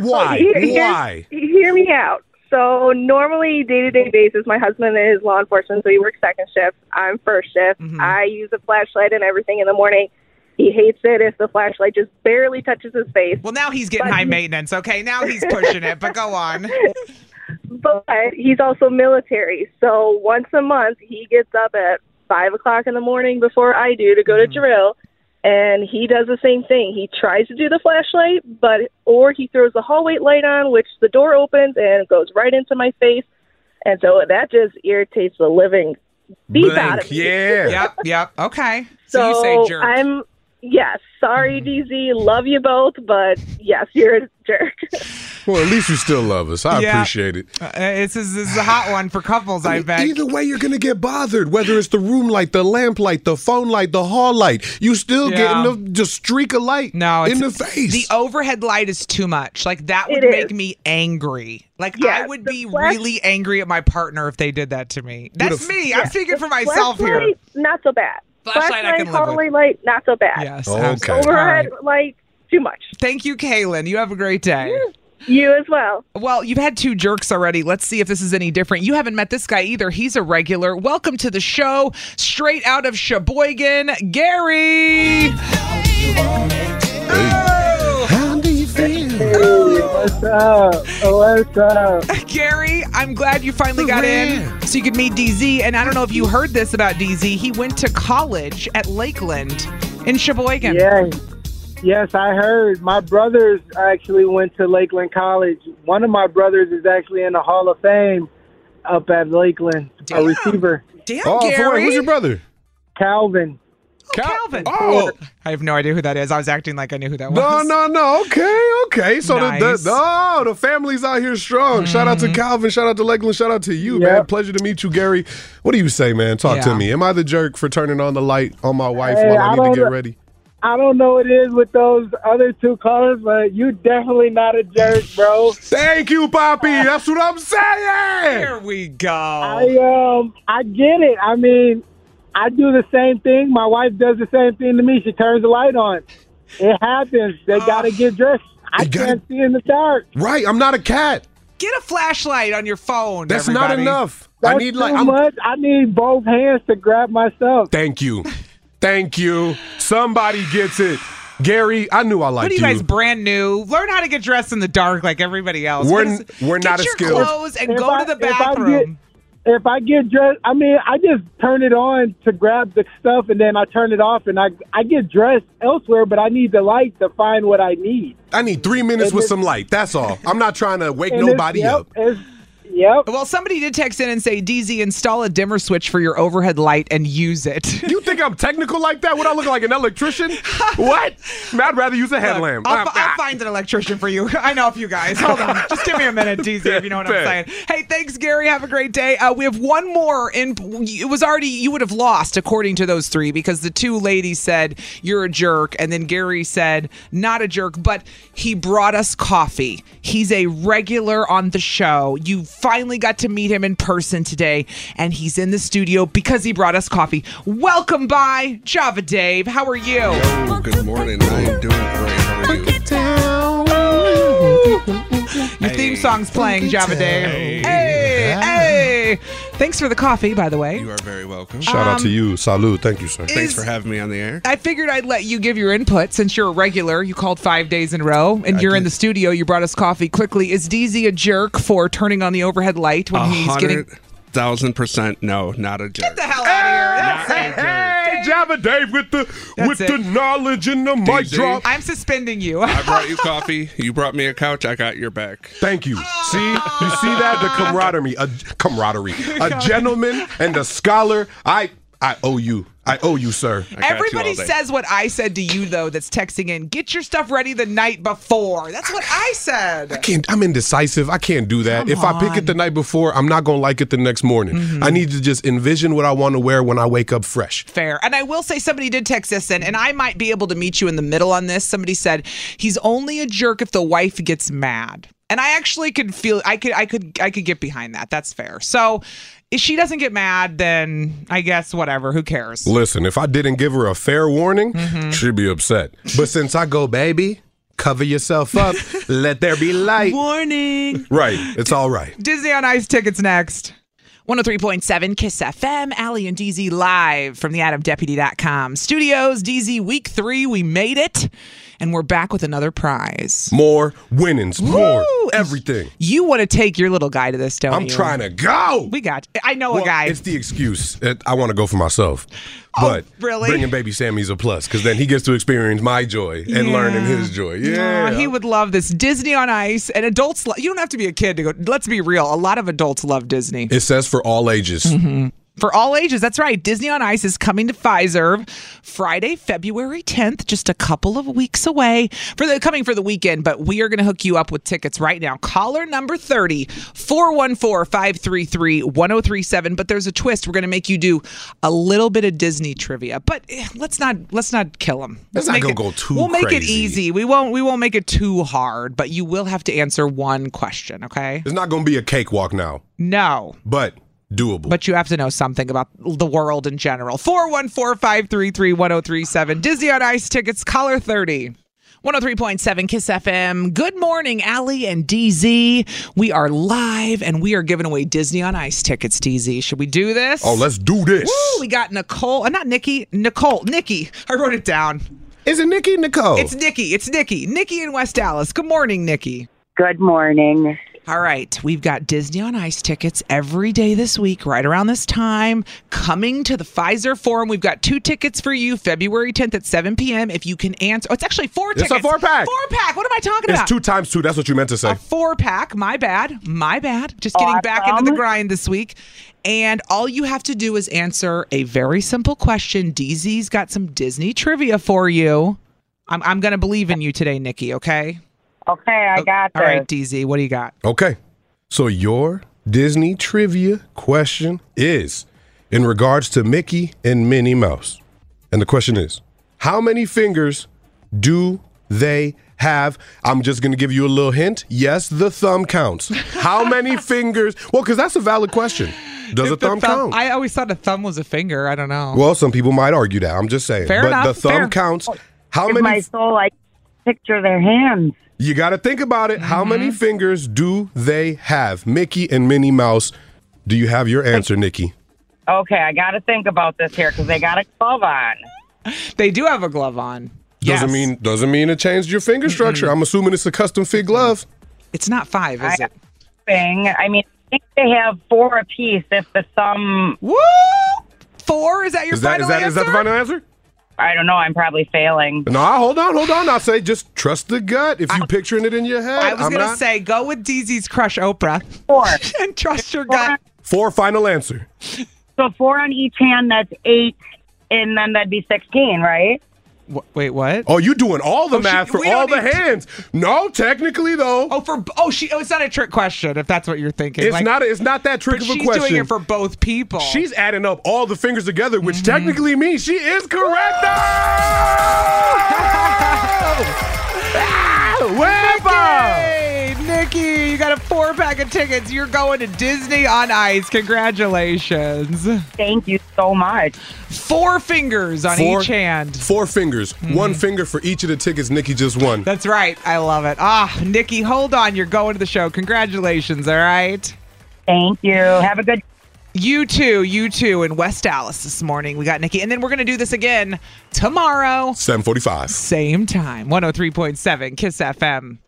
Why? Here- here's- Why? Hear me out. So, normally, day to day basis, my husband is law enforcement, so he works second shift. I'm first shift. Mm-hmm. I use a flashlight and everything in the morning. He hates it if the flashlight just barely touches his face. Well, now he's getting high maintenance. Okay, now he's pushing it, but go on. But he's also military, so once a month he gets up at five o'clock in the morning before I do to go Mm-hmm. to drill, and he does the same thing. He tries to do the flashlight, but or he throws the hallway light on, which the door opens and it goes right into my face, and so that just irritates the living beep out of me. Yeah. yep, yep. Okay. So, So, you say Mm-hmm. jerk. I'm yes, sorry, DZ, love you both, but yes, you're a jerk. Well, at least you still love us. I Yeah. appreciate it. Uh, this, is, this is a hot one for couples, I bet. E- Either way, you're gonna get bothered. Whether it's the room light, the lamp light, the phone light, the hall light, you still Yeah. getting the just streak of light No, in the Oh, it's- face. The overhead light is too much. Like that would It make is. me angry. Like I Yes, would the be flash- really angry at my partner if they did that to me. That's if- me. Yeah. I'm speaking for The myself here. flashlight, Not so bad. Flashlight I can live with. hallway light, not so bad. Yes. Okay. absolutely. Overhead All right. light, too much. Mm, Thank you, Kaylin. You have a great day. You as well. Well, you've had two jerks already. Let's see if this is any different. You haven't met this guy either. He's a regular. Welcome to the show, straight out of Sheboygan, Gary. How do you feel? Hey, what's up? What's up? Gary, I'm glad you finally got in so you could meet DZ. And I don't know if you heard this about DZ. He went to college at Lakeland in Sheboygan. Yeah, Yes, I heard. My brothers actually went to Lakeland College. One of my brothers is actually in the Hall of Fame up at Lakeland, a receiver. Damn, Oh, for what? Who's Gary. your brother? Calvin. Calvin. Oh, I have no idea who that is. I was acting like I knew who that No, was. no, no. Okay, okay. So the, Nice. Mm-hmm. the oh, the family's out here strong. Shout out to Calvin. Shout out to Lakeland. Shout out to you, man. Pleasure to meet you, Gary. What do you say, man? Talk to Yeah. me. Am I the jerk for turning on the light on my wife Hey, while I, I need don't to get know. ready? I don't know what it is with those other two callers, but you definitely not a jerk, bro. Thank you, Poppy. That's what I'm saying. Here we go. I um I get it. I mean, I do the same thing. My wife does the same thing to me. She turns the light on. It happens. They gotta get dressed. I can't see in the dark. Ah. Right. I'm not a cat. Get a flashlight on your phone. That's not everybody. enough. I That's need, too like, I'm- much. I need both hands to grab myself. Thank you. Thank you. Somebody gets it. Gary, I knew I What liked are you guys brand new? Learn how to get dressed in the dark like everybody else. We're What is- n- we're get not as your skilled. clothes and If go to I- the if I get- bathroom. If I get dressed, I mean, I just turn it on to grab the stuff, and then I turn it off, and I I get dressed elsewhere, but I need the light to find what I need. I need three minutes with some light. That's all. I'm not trying to wake And it's- nobody yep, up. Yep. Well, somebody did text in and say, DZ, install a dimmer switch for your overhead light and use it. You think I'm technical like that? Would I look like an electrician? what? Man, I'd rather use a headlamp. I'll, Ah, fi- I'll find an electrician for you. I know a few guys. Hold on. Just give me a minute, DZ, if you know what I'm saying. Bet. Hey, thanks, Gary. Have a great day. Uh, we have one more. In it was already you would have lost according to those three because the two ladies said you're a jerk, and then Gary said not a jerk, but he brought us coffee. He's a regular on the show. You finally got to meet him in person today, and he's in the studio because he brought us coffee. Welcome by Java Dave. How are you? Good morning. I am doing great. How are you? Your theme song's playing, Java Dave. Hey, hey. Thanks for the coffee, by the way. You are very welcome. Shout out to you. Salud. Thank you, sir. Thanks for having me on the air. I figured I'd let you give your input since you're a regular. You called five days in a row, and you're in the studio. You brought us coffee quickly. Is DZ a jerk for turning on the overhead light when A he's getting? hundred thousand percent. No, not a jerk. Hey, Jabba Dave with the with the knowledge and the mic DZ. drop. I'm suspending you. I brought you coffee. You brought me a couch. I got your back. Thank you. See, you see that the camaraderie, a camaraderie, a gentleman and a scholar. I I owe you. I owe you, sir. Everybody says what I said to you though. That's texting in. Get your stuff ready the night before. That's what I said. I can't, I'm indecisive. I can't do that. Come if I pick on. it the night before, I'm not gonna like it the next morning. I need to just envision what I want to wear when I wake up fresh. Fair. And I will say somebody did text this in, and I might be able to meet you in the middle on this. Somebody said he's only a jerk if the wife gets mad. And I actually could feel I could I could I could get behind that. That's fair. So if she doesn't get mad, then I guess whatever. Who cares? Listen, if I didn't give her a fair warning, Mm-hmm. she'd be upset. But since I go, baby, cover yourself up. let there be light. Warning. Right. It's all right. Disney on Ice tickets next. 103.7 Kiss FM, Allie and DZ live from the AdamDeputy.com studios. DZ week three, we made it, and we're back with another prize. More winnings, more everything. You want to take your little guy to this, don't I'm you? trying to go. We got. I know Well, a guy. Oh, It's the excuse. that I want to go for myself. But really? bringing baby Sammy's a plus because then he gets to experience my joy and learning his joy. Yeah. Aw, he would love this Disney on Ice, and adults. Lo- you don't have to be a kid to go. Let's be real. A lot of adults love Disney. it says for all ages. for all ages. That's right. Disney on Ice is coming to Pfizer Friday, February 10th, just a couple of weeks away for the coming for the weekend, but we are going to hook you up with tickets right now. Caller number 30 414-533-1037, but there's a twist. We're going to make you do a little bit of Disney trivia. But eh, let's not let's not kill them. Let's not go- go too We'll make it crazy. easy. We won't we won't make it too hard, but you will have to answer one question, okay? It's not going to be a cakewalk now, No. but doable. But you have to know something about the world in general. 414 533 1037. Disney on Ice tickets, collar 30. 103.7 Kiss FM. Good morning, Allie and DZ. We are live and we are giving away Disney on Ice tickets, DZ. Should we do this? Oh, let's do this. Woo, we got Nicole, uh, not Nikki, Nicole, Nikki. I wrote it down. Is it Nikki, Nicole? It's Nikki. It's Nikki. Nikki in West Dallas. Good morning, Nikki. Good morning. All right, we've got Disney on Ice tickets every day this week, right around this time. Coming to the Pfizer Forum, we've got two tickets for you, February 10th at 7 p.m. If you can answer, oh, it's actually four It's a tickets. four-pack. Four pack. What am I talking It's about? two times two. That's what you meant to say. four pack. My bad. My bad. Just getting back into the grind this week. And all you have to do is answer a very simple question. DZ's got some Disney trivia for you. I'm, I'm going to believe in you today, Nikki, okay? Oh, Okay, I got All right, DZ, what do you got? Okay. So your Disney trivia question is in regards to Mickey and Minnie Mouse. And the question is, how many fingers do they have? I'm just going to give you a little hint. Yes, the thumb counts. How many fingers? Well, cuz that's a valid question. Does a The thumb, count? I always thought a thumb was a finger. I don't know. well, some people might argue that. I'm just saying. Fair but enough, the thumb fair. Oh, counts. How If many my soul, I picture their hands. You got to think about it. How Mm-hmm. many fingers do they have? Mickey and Minnie Mouse. Do you have your answer, Nikki? Okay, I got to think about this here because they got a glove on. They do have a glove on. Doesn't mean doesn't mean it changed your finger structure. I'm assuming it's a custom fit glove. It's not five, is it? Thing. I mean, I think they have four apiece. If the thumb. Woo! Four? Is that Is that- is that- is that the final answer? I don't know. I'm probably failing. No, hold on, hold on. I say just trust the gut. If you picturing it in your head, I was I'm going to not- say, go with DZ's crush, Oprah. Four. and trust your gut. Four final answer. So four on each hand, that's eight, and then that'd be 16, right? wait, what? Oh, you doing all the Oh, she- math for we all don't the need to- hands? no, technically though. Oh, for oh she oh, it's not a trick question if that's what you're thinking. It's Like- not. A, it's not that trick of But a she's question. doing it for both people. Mm-hmm. She's adding up all the fingers together, which technically means she is correct. Nikki! Nikki, you got a four pack of tickets. You're going to Disney on Ice. Congratulations. Thank you so much. Four fingers on Four- each hand. Mm-hmm. Four fingers, one finger for each of the tickets Nikki just won. That's right. I love it. Ah, Nikki, hold on. You're going to the show. Congratulations. All right. Thank you. Have a good. You too. You too. In West Dallas this morning, we got Nikki, and then we're gonna do this again tomorrow, 745. same time, 103.7 Kiss FM.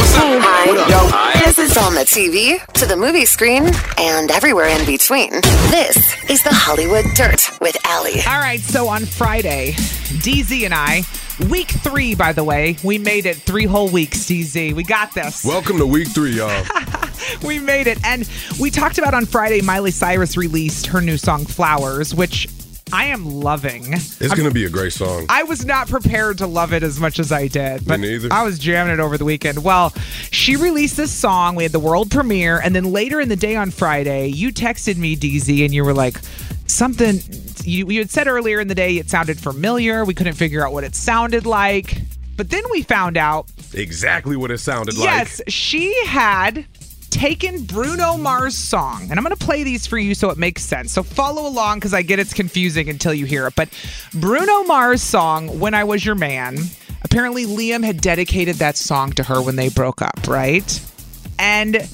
Hi. This is on the TV, to the movie screen, and everywhere in between. This is the Hollywood Dirt with Allie. All right, so on Friday, DZ and I, week three, by the way, we made it three whole weeks, DZ. We got this. Welcome to week three, y'all. we made it. And we talked about on Friday, Miley Cyrus released her new song, Flowers, which I am loving. It's I'm- going to be a great song. I was not prepared to love it as much as I did, but neither. I was jamming it over the weekend. Well, she released this song. We had the world premiere, and then later in the day on Friday, you texted me, DZ, and you were like, something you, you had said earlier in the day, it sounded familiar. We couldn't figure out what it sounded like. But then we found out, exactly what it sounded yes, she had taken Bruno Mars' song. And I'm going to play these for you so it makes sense. So follow along because I get it's confusing until you hear it. But Bruno Mars' song, When I Was Your Man, apparently Liam had dedicated that song to her when they broke up, right? And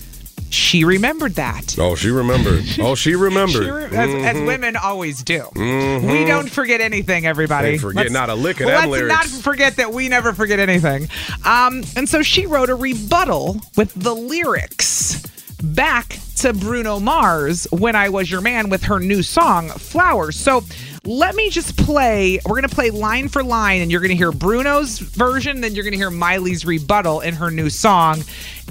she remembered that. like. Oh, she remembered. Oh, she remembered. She re- as, as Mhm. women always do. Mhm. We don't forget anything, everybody. They forget not a lick of let's them not lyrics. forget that we never forget anything. Um, and so she wrote a rebuttal with the lyrics back to Bruno Mars when I was your man with her new song Flowers. So let me just play. We're going to play line for line and you're going to hear Bruno's version then you're going to hear Miley's rebuttal in her new song.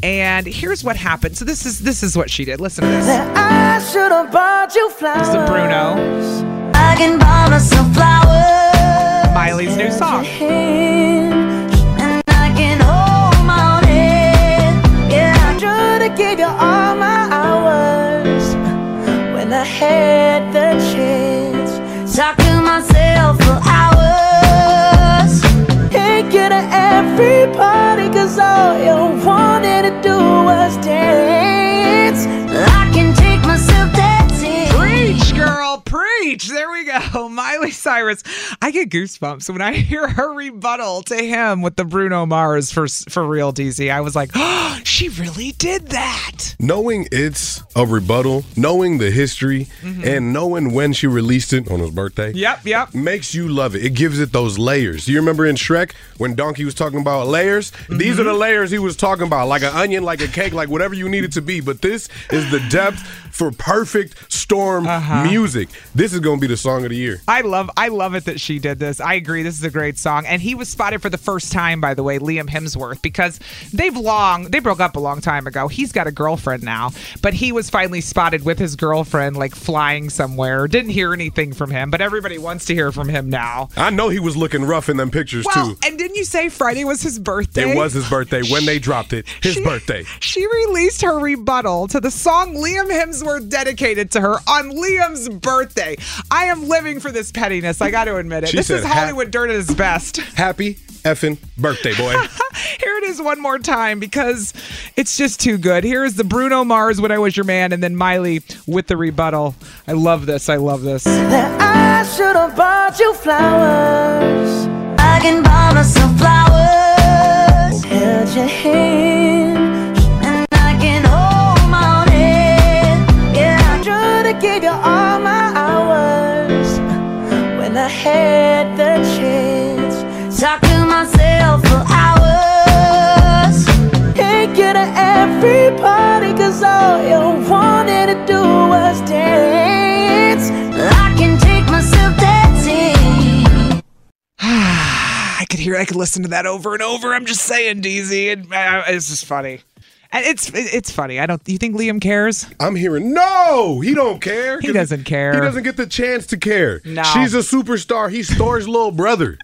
And here's what happened. So this is this is what she did. Listen to this. I should have bought you flowers. This is Bruno. I can buy myself flowers. Miley's new song. And I can hold my own head. Yeah, I tried to give you all my hours when I had the chance. Talk to myself for hours. Can't get to every party 'cause all you wanted to do was dance. I can take myself dancing. Preach, girl, preach. There we go. Miley Cyrus. I get goosebumps when I hear her rebuttal to him with the Bruno Mars for for real DZ. I was like, oh, she really did that. Knowing it's a rebuttal, knowing the history, and knowing when she released it on his birthday. Mm-hmm. Yep, yep. Makes you love it. It gives it those layers. You remember in Shrek when Donkey was talking about layers? These Mm-hmm. are the layers he was talking about, like an onion, like a cake, like whatever you need it to be. But this is the depth for perfect storm music. This is gonna be the song of the year. Uh-huh. I love I love it that she did this. I agree. This is a great song. And he was spotted for the first time, by the way, Liam Hemsworth, because they've long they broke up a long time ago. He's got a girlfriend now. But he was finally spotted with his girlfriend like flying somewhere. Didn't hear anything from him, but everybody wants to hear from him now. I know he was looking rough in them pictures Well, too. and didn't you say Friday was his birthday? It was his birthday when they dropped it. His birthday. She released her rebuttal to the song Liam Hemsworth dedicated to her on Liam's birthday. I am living for this pettiness. I got to admit it. She this is said, "Ha- Hollywood dirt at its best. Happy effing birthday, boy. Here it is one more time because it's just too good. Here is the Bruno Mars When I Was Your Man and then Miley with the rebuttal. I love this. I love this. I should have bought you flowers. I can buy myself flowers. Held your hand, and I can hold my own hand. Yeah, I should have gave you all my hours when I had the chance. Talk to myself for hours. Can't get to every party, cause all you wanted to do was dance. I can take myself dancing. I could hear, I could listen to that over and over. I'm just saying, DZ. It, uh, it's just funny. And It's it's funny. I don't. You think Liam cares? I'm hearing no. He don't care. He doesn't care. He doesn't get the chance to care. No. She's a superstar. He's Thor's little brother.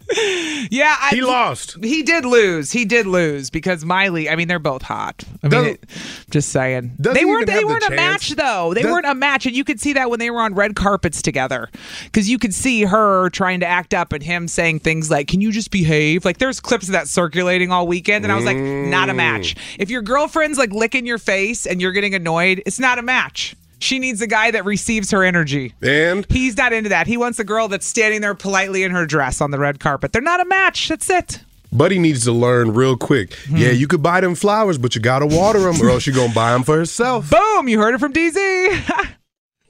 Yeah, I, He lost. He did lose. He did lose because Miley. I mean, they're both hot. I mean, it- just saying. they weren't. They weren't a match though. They weren't a match, and you could see that when they were on red carpets together, because you could see her trying to act up and him saying things like, "Can you just behave?" Like there's clips of that circulating all weekend, and I was like, "Not a match." If your girlfriend's like licking your face and you're getting annoyed, it's not a match. She needs a guy that receives her energy. And he's not into that. He wants a girl that's standing there politely in her dress on the red carpet. They're not a match. That's it. Buddy needs to learn real quick. Hmm. Yeah, you could buy them flowers, but you gotta water them, or else you gonna buy them for herself. Boom! You heard it from DZ.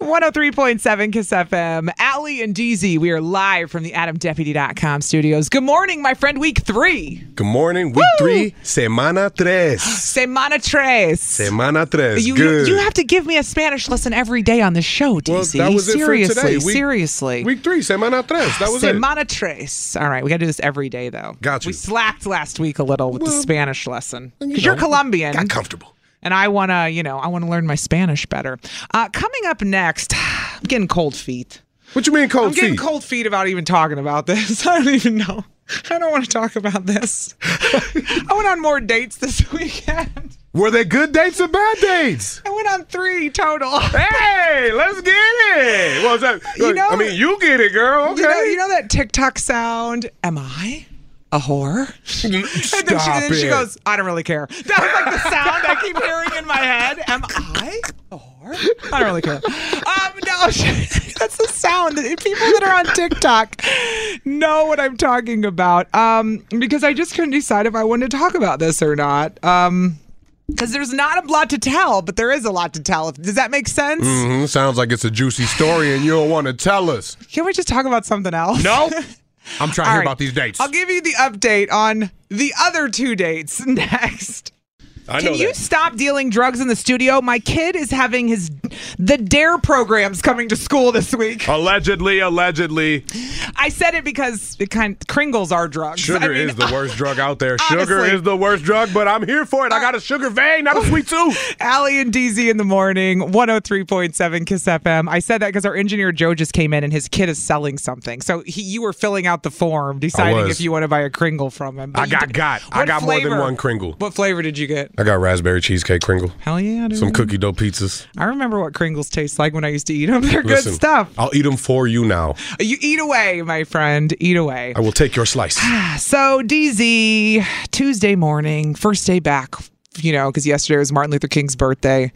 103.7 Kiss FM. Allie and DZ, we are live from the AdamDeputy.com studios. Good morning, my friend. Week three. Good morning, week three, semana tres, Semana Tres. semana tres. You, you, Good. you have to give me a Spanish lesson every day on this show, DZ. that was it for seriously, today. Week- seriously. Week three, semana tres. That was it. Semana Tres. All right, we got to do this every day, though. Gotcha. We slacked last week a little with the Spanish lesson you because you are know, Colombian. Got comfortable. And I want to, you know, I want to learn my Spanish better. Uh, coming up next, I'm getting cold feet. What you mean cold I'm getting feet? cold feet about even talking about this. I don't even know. I don't want to talk about this. I went on more dates this weekend. Were they good dates or bad dates? I went on three total. Hey, let's get it. What's that? You know- I mean, you get it, girl. Okay. You know, you know that TikTok sound? Am I? A whore? Mm, Stop and then, she, then she it. goes, I don't really care. That was like the sound I keep hearing in my head. Am I a whore? I don't really care. Um, no, she- that's the sound. that People that are on TikTok know what I'm talking about. Um, because I just couldn't decide if I wanted to talk about this or not. Um, because there's not a lot to tell, but there is a lot to tell. Does that make sense? hmm Sounds like it's a juicy story, and you don't want to tell us. Can we just talk about something else? No. I'm trying to All hear right. about these dates. I'll give you the update on the other two dates next. I Can know you that. stop dealing drugs in the studio? My kid is having his the Dare programs coming to school this week. Allegedly, allegedly, I said it because it kind Kringles are drugs. sugar I mean, is the worst drug out there. Sugar honestly. Uh, is the worst drug, but I'm here for it. I got a sugar vein, not a sweet tooth. Allie and DZ in the morning, 103.7 Kiss FM. I said that because our engineer Joe just came in and his kid is selling something. So he, you were filling out the form, deciding was. if you want to buy a Kringle from him. But I you got did- got. I What got more than flavor? one Kringle. What flavor did you get? I got raspberry cheesecake Kringle. Hell yeah, dude. Some cookie dough pizzas. I remember what Kringles taste like when I used to eat them. They're Listen, good stuff. I'll eat them for you now. You eat away, my friend. Eat away. I will take your slice. So, DZ, Tuesday morning, first day back, you know, because yesterday was Martin Luther King's birthday.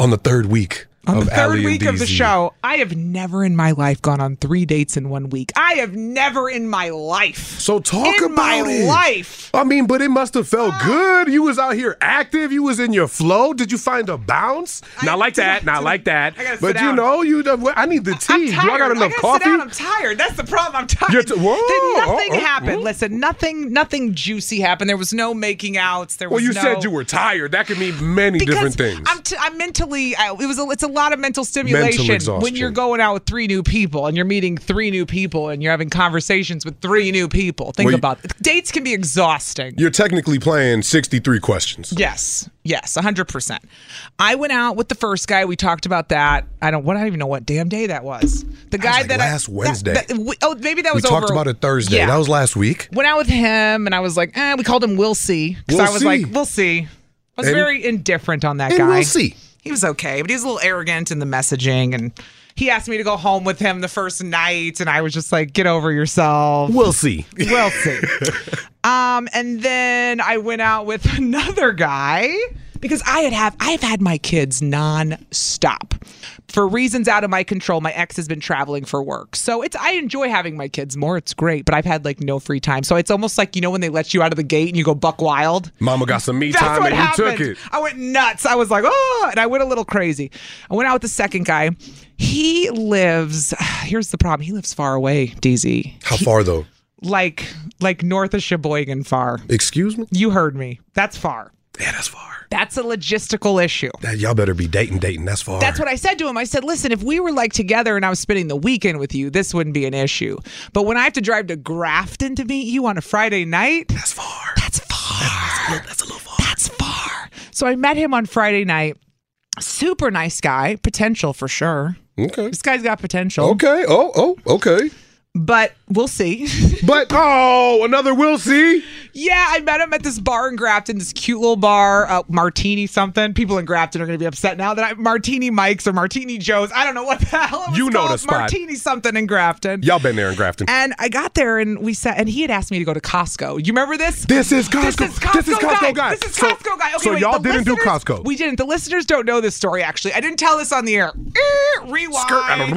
On the third week. On of the third Ally and week of the DZ. show, I have never in my life gone on three dates in one week. I have never in my life. So talk in about my it. life. Ah. I mean, but it must have felt good. You was out here active. You was in your flow. Did you find a bounce? Not like that. Not like that. I gotta sit But you down. know, you. I need the tea. Do I got Tired. enough gotta coffee? Sit down. I'm tired. That's the problem. I'm tired. You're t- whoa. Did nothing Oh, oh, happen. oh. Listen, nothing, nothing juicy happened. There was no making outs. There Well, was you no, said you were tired. That could mean many different things. I'm, t- I'm mentally. I, it was. A, it's a lot of mental stimulation when exhaustion. you're going out with three new people and you're meeting three new people and you're having conversations with three new people. Think Well, you- about it. Dates can be exhausting. You're technically playing 63 questions. Yes, yes, 100%. I went out with the first guy. We talked about that. I don't. What I don't even know what damn day that was. The guy that I- last that- Wednesday. that- we- oh, maybe that we was talked over- about it Thursday. Yeah. That was last week. went out with him, and I was like, eh, we called him We'll See because We'll I was see. like, we'll see. I was And- very indifferent on that and guy. we'll see. He was okay, but he was a little arrogant in the messaging, and he asked me to go home with him the first night, and I was just like, get over yourself. We'll see. We'll see. Um, and then I went out with another guy because I had have I've had my kids nonstop for reasons out of my control. My ex has been traveling for work, so it's I enjoy having my kids more. It's great, but I've had like no free time, so it's almost like you know when they let you out of the gate and you go buck wild. Mama got some me That's time what and happened. you took it. I went nuts. I was like, oh, and I went a little crazy. I went out with the second guy. He lives. Here's the problem. He lives far away, DZ. How far though? Like like north of Sheboygan, far. Excuse me? You heard me. That's far. Yeah, that's far. That's a logistical issue. That, y'all better be dating, dating. That's far. That's what I said to him. I said, listen, if we were like together and I was spending the weekend with you, this wouldn't be an issue. But when I have to drive to Grafton to meet you on a Friday night, that's far. That's far. That's a little far. That's far. So I met him on Friday night. Super nice guy, potential for sure. Okay. This guy's got potential. Okay. Oh, oh, okay. But we'll see. But oh, another we'll see. Yeah, I met him at this bar in Grafton, this cute little bar, uh, Martini something. People in Grafton are going to be upset now that I Martini Mike's or Martini Joe's. I don't know what the hell it was You know the called, spot. Martini something in Grafton. Y'all been there in Grafton. And I got there and we sat, and he had asked me to go to Costco. You remember this? This is This Costco. is Costco, This is Costco guy. guy. This is So- Costco guy. Okay, so wait, y'all the didn't do listeners- Costco. We didn't. The listeners don't know this story, actually. I didn't tell this on the air. Eh, Rewind.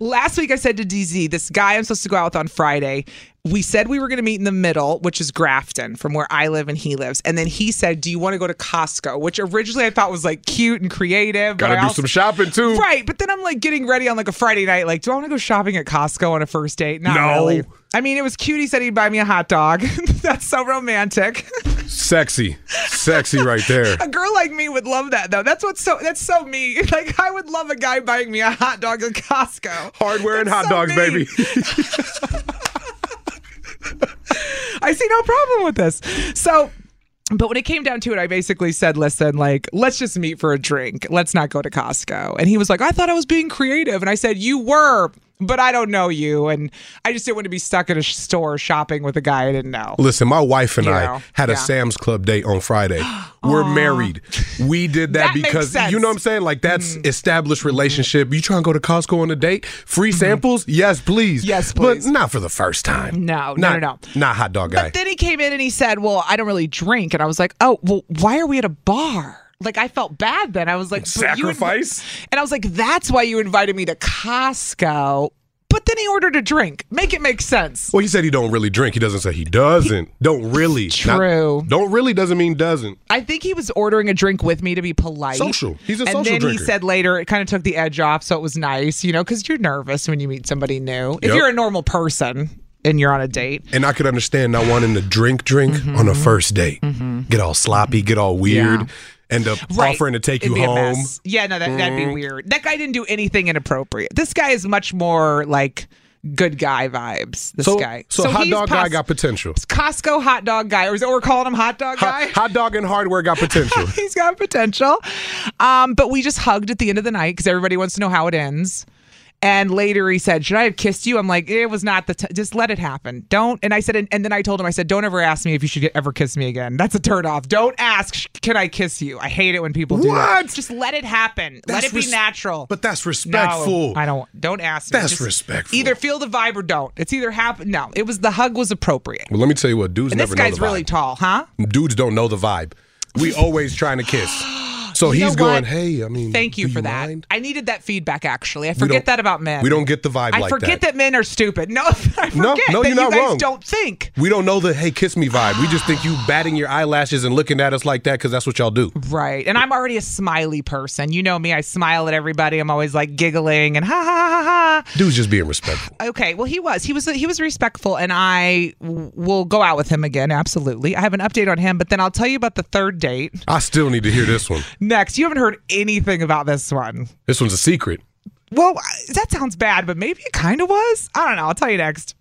Last week I said to DZ, this guy I'm supposed to go out with on Friday, we said we were going to meet in the middle, which is Grafton, from where I live and he lives. And then he said, Do you want to go to Costco? Which originally I thought was like cute and creative. but Gotta I do also- some shopping too. Right. But then I'm like getting ready on like a Friday night, like, Do I want to go shopping at Costco on a first date? Not No. really. I mean, it was cute. He said he'd buy me a hot dog. That's so romantic. Sexy. Sexy right there. A girl like me would love that though. That's what's so that's so me. Like I would love a guy buying me a hot dog at Costco. Hardware and hot dogs, baby. I see no problem with this. So but when it came down to it, I basically said, listen, like, let's just meet for a drink. Let's not go to Costco. And he was like, I thought I was being creative. And I said, you were, but I don't know you. And I just didn't want to be stuck at a sh- store shopping with a guy I didn't know. Listen, my wife and You I know, had a yeah. Sam's Club date on Friday. We're married. We did that, That makes because sense. you know what I'm saying? Like that's established relationship. You trying to go to Costco on a date? Free samples? Yes, please. Mm-hmm. Yes, please. But not for the first time. No, no, not, no, Not hot dog guy. But then he came in and he said, "Well, I don't really drink," and I was like, "Oh, well, why are we at a bar?" Like I felt bad then. I was like, "But you inv- Sacrifice? and I was like, "That's why you invited me to Costco." But then he ordered a drink. Make it make sense. well, he said he don't really drink. He doesn't say he doesn't. don't really. Not- True. don't really doesn't mean doesn't. I think he was ordering a drink with me to be polite. Social. He's a and social then drinker. he said later, it kind of took the edge off, so it was nice, you know, because you're nervous when you meet somebody new. If Yep. you're a normal person and you're on a date, And I could understand not wanting to drink, drink Mm-hmm, on a first date. Get all sloppy, get all weird, end up Right. offering to take It'd you be a home. mess. Yeah, no, that, that'd be Mm. weird. That guy didn't do anything inappropriate. This guy is much more like good guy vibes. This so, guy. So, hot he's dog guy poss- got potential. Costco hot dog guy, or is it we're calling him hot dog guy? Hot dog and hardware got potential. He's got potential. Um, but we just hugged at the end of the night because everybody wants to know how it ends. And later he said, Should I have kissed you? I'm like, It was not the t- Just let it happen. Don't. And I said, and, and then I told him, I said, Don't ever ask me if you should ever kiss me again. That's a turnoff. Don't ask, "Sh- Can I kiss you? I hate it when people do that. What? Just let it happen. let That's it be res- natural. but that's respectful. No, I don't. Don't ask me. That's Just respectful. Either feel the vibe or don't. It's either happen. No, it was the hug was appropriate. Well, let me tell you what, dudes And never this guy's know the really tall, huh? vibe. Dudes don't know the vibe. We always trying to kiss. So You know he's going, what? hey, I mean, Thank you for that. I needed that feedback. Actually, I don't- forget that about men. we don't get the vibe I like forget that. men are stupid. No, I forget No, no, that you're not you guys wrong. Don't think. we don't know the hey, kiss me vibe. We just think you batting your eyelashes and looking at us like that because that's what y'all do. Right. And I'm already a smiley person. You know me. I smile at everybody. I'm always like giggling and ha ha ha ha. ha. Dude's just being respectful. Okay. Well, he was. He was. He was respectful, and I w- will go out with him again. Absolutely. I have an update on him, but then I'll tell you about the third date I still need to hear this one. next. You haven't heard anything about this one. This one's a secret. Well, I- that sounds bad, but maybe it kind of was. I don't know. I'll tell you next.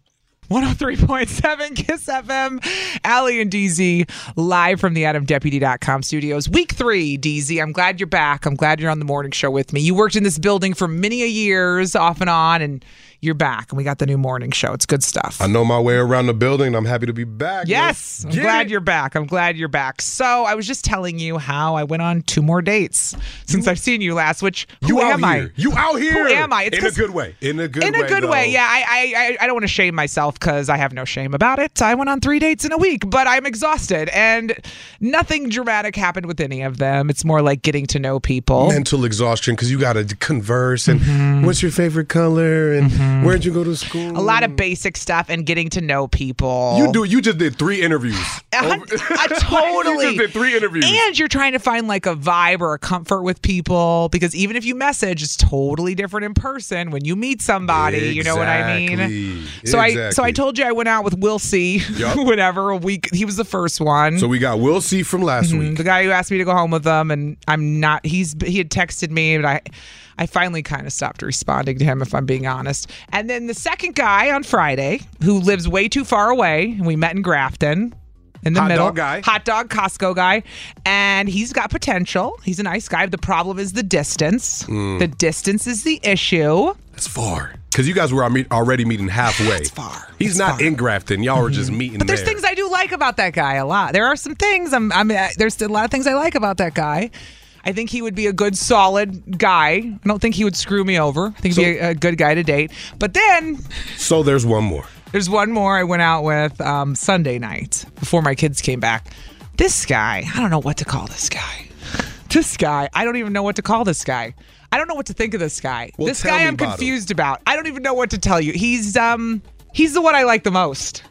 103.7 Kiss FM, Allie and DZ live from the AdamDeputy.com studios. Week three, DZ. I'm glad you're back. I'm glad you're on the morning show with me. You worked in this building for many a years, off and on, and you're back. And we got the new morning show. It's good stuff. I know my way around the building and I'm happy to be back. Yes, I'm glad you're back. I'm glad you're back. So I was just telling you how I went on two more dates since I've seen you last. Which who you out am I? here. You out here. Who am I? It's in a 'cause- good way. In a good in way. a good though. way. Yeah, I I- I, I don't want to shame myself because I have no shame about it. I went on three dates in a week, but I'm exhausted and nothing dramatic happened with any of them. It's more like getting to know people. Mental exhaustion because you got to converse and Mm-hmm. what's your favorite color and where'd you go to school? a lot of basic stuff and getting to know people. You do. You just did three interviews. A hun- a totally. You just did three interviews. And you're trying to find like a vibe or a comfort with people because even if you message, it's totally different in person when you meet somebody. You know what I mean? Exactly. So I so I Exactly. told you I went out with Will C. Yup. whatever a week. He was the first one. So we got Will C from last Mhm, week. The guy who asked me to go home with them, and I'm not. He's he had texted me, but I, I finally kind of stopped responding to him, if I'm being honest. And then the second guy on Friday, who lives way too far away, and we met in Grafton. In the Hot middle, dog guy. hot dog Costco guy, and he's got potential. He's a nice guy. The problem is the distance. Mm. The distance is the issue. That's far. Because you guys were al- meet- already meeting halfway. That's far. He's not in Grafton. Y'all were just meeting Mm-hmm. But there's there. things I do like about that guy a lot. There are some things I'm, I'm uh, there's a lot of things I like about that guy. I think he would be a good, solid guy. I don't think he would screw me over. I think he'd be a, a good guy to date. But then so there's one more. there's one more I went out with um, Sunday night before my kids came back. This guy, I don't know what to call this guy. This guy, I don't even know what to call this guy. I don't know what to think of this guy. Well, this tell guy me I'm about him. confused about. I don't even know what to tell you. He's um he's the one I like the most.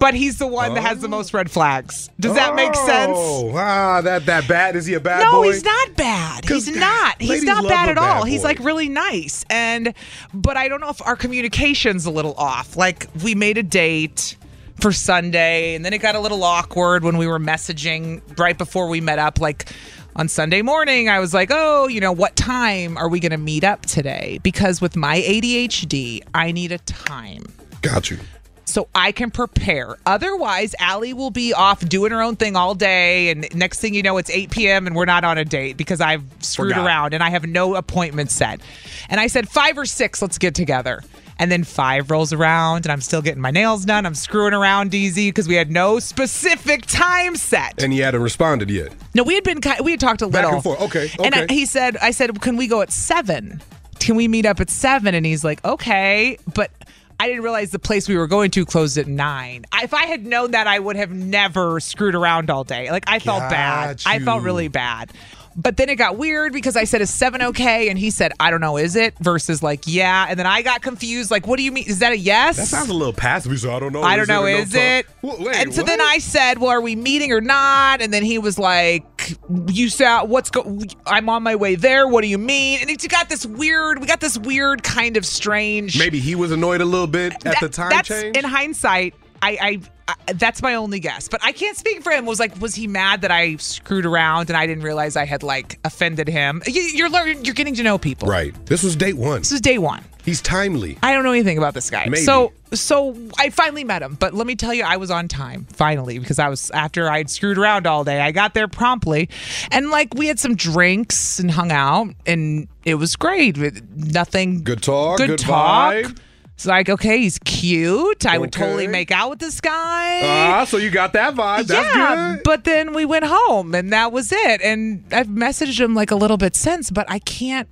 But he's the one that has the most red flags. Does that make sense? Oh, ah, that that bad? Is he a bad no, boy? he's not bad. He's not. He's ladies not love bad a at all. bad He's boy. like really nice. And but I don't know if our communication's a little off. Like we made a date for Sunday and then it got a little awkward when we were messaging right before we met up like on Sunday morning, I was like, oh, you know, what time are we going to meet up today? Because with my ADHD, I need a time Got you. so I can prepare. Otherwise, Allie will be off doing her own thing all day, and next thing you know, it's 8 p.m. and we're not on a date because I've screwed Forgot. around and I have no appointment set. And I said five or six, let's get together. And then five rolls around, and I'm still getting my nails done. I'm screwing around, DZ, because we had no specific time set. And he hadn't responded yet. No, we had been ki- we had talked a Back little. and forth. Okay, And I, okay. he said, I said, can we go at seven? Can we meet up at seven? And he's like, okay, but I didn't realize the place we were going to closed at nine. I- If I had known that, I would have never screwed around all day. Like I felt bad. Got I felt you. really bad. But then it got weird because I said, is seven okay? And he said, I don't know, is it? Versus like, yeah. And then I got confused. Like, what do you mean? Is that a yes? That sounds a little passive. He's like, I don't know. I don't know, is no it? time? Well, wait, and so what? then I said, "Well, are we meeting or not?" And then he was like, "You sound what's go? I'm on my way there. What do you mean?" And it got this weird. We got this weird kind of strange. Maybe he was annoyed a little bit at the That- time that's change. in hindsight. I, I, I that's my only guess, but I can't speak for him. Was like, was he mad that I screwed around and I didn't realize I had like offended him? You, you're learning. You're getting to know people. Right. This was date one. This is day one. He's timely. I don't know anything about this guy. Maybe. So so I finally met him, but let me tell you, I was on time finally because I was after I'd screwed around all day. I got there promptly, and like we had some drinks and hung out, and it was great. With Nothing good talk. Good, good talk. vibe. It's like okay, he's cute. I would totally Okay. make out with this guy. Ah, so you got that vibe. That's yeah, good. but then we went home and that was it. And I've messaged him like a little bit since, but I can't.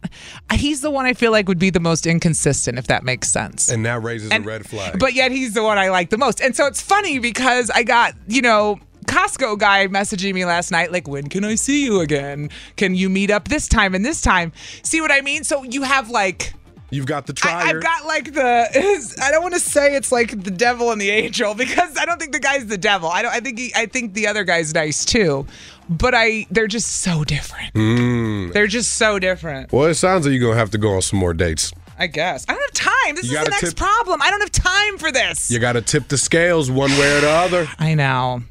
He's the one I feel like would be the most inconsistent, if that makes sense. And that raises a red flag. But yet he's the one I like the most. And so it's funny because I got, you know, Costco guy messaging me last night, like, when can I see you again? Can you meet up this time and this time? See what I mean? So you have like. You've got the trier. I've got like the. I don't want to say it's like the devil and the angel because I don't think the guy's the devil. I don't. I think he, I think the other guy's nice too, but I they're just so different. Mm. They're just so different. Well, it sounds like you're gonna have to go on some more dates. I guess I don't have time. This You is gotta the next tip- problem. I don't have time for this. You got to tip the scales one way or the other. I know.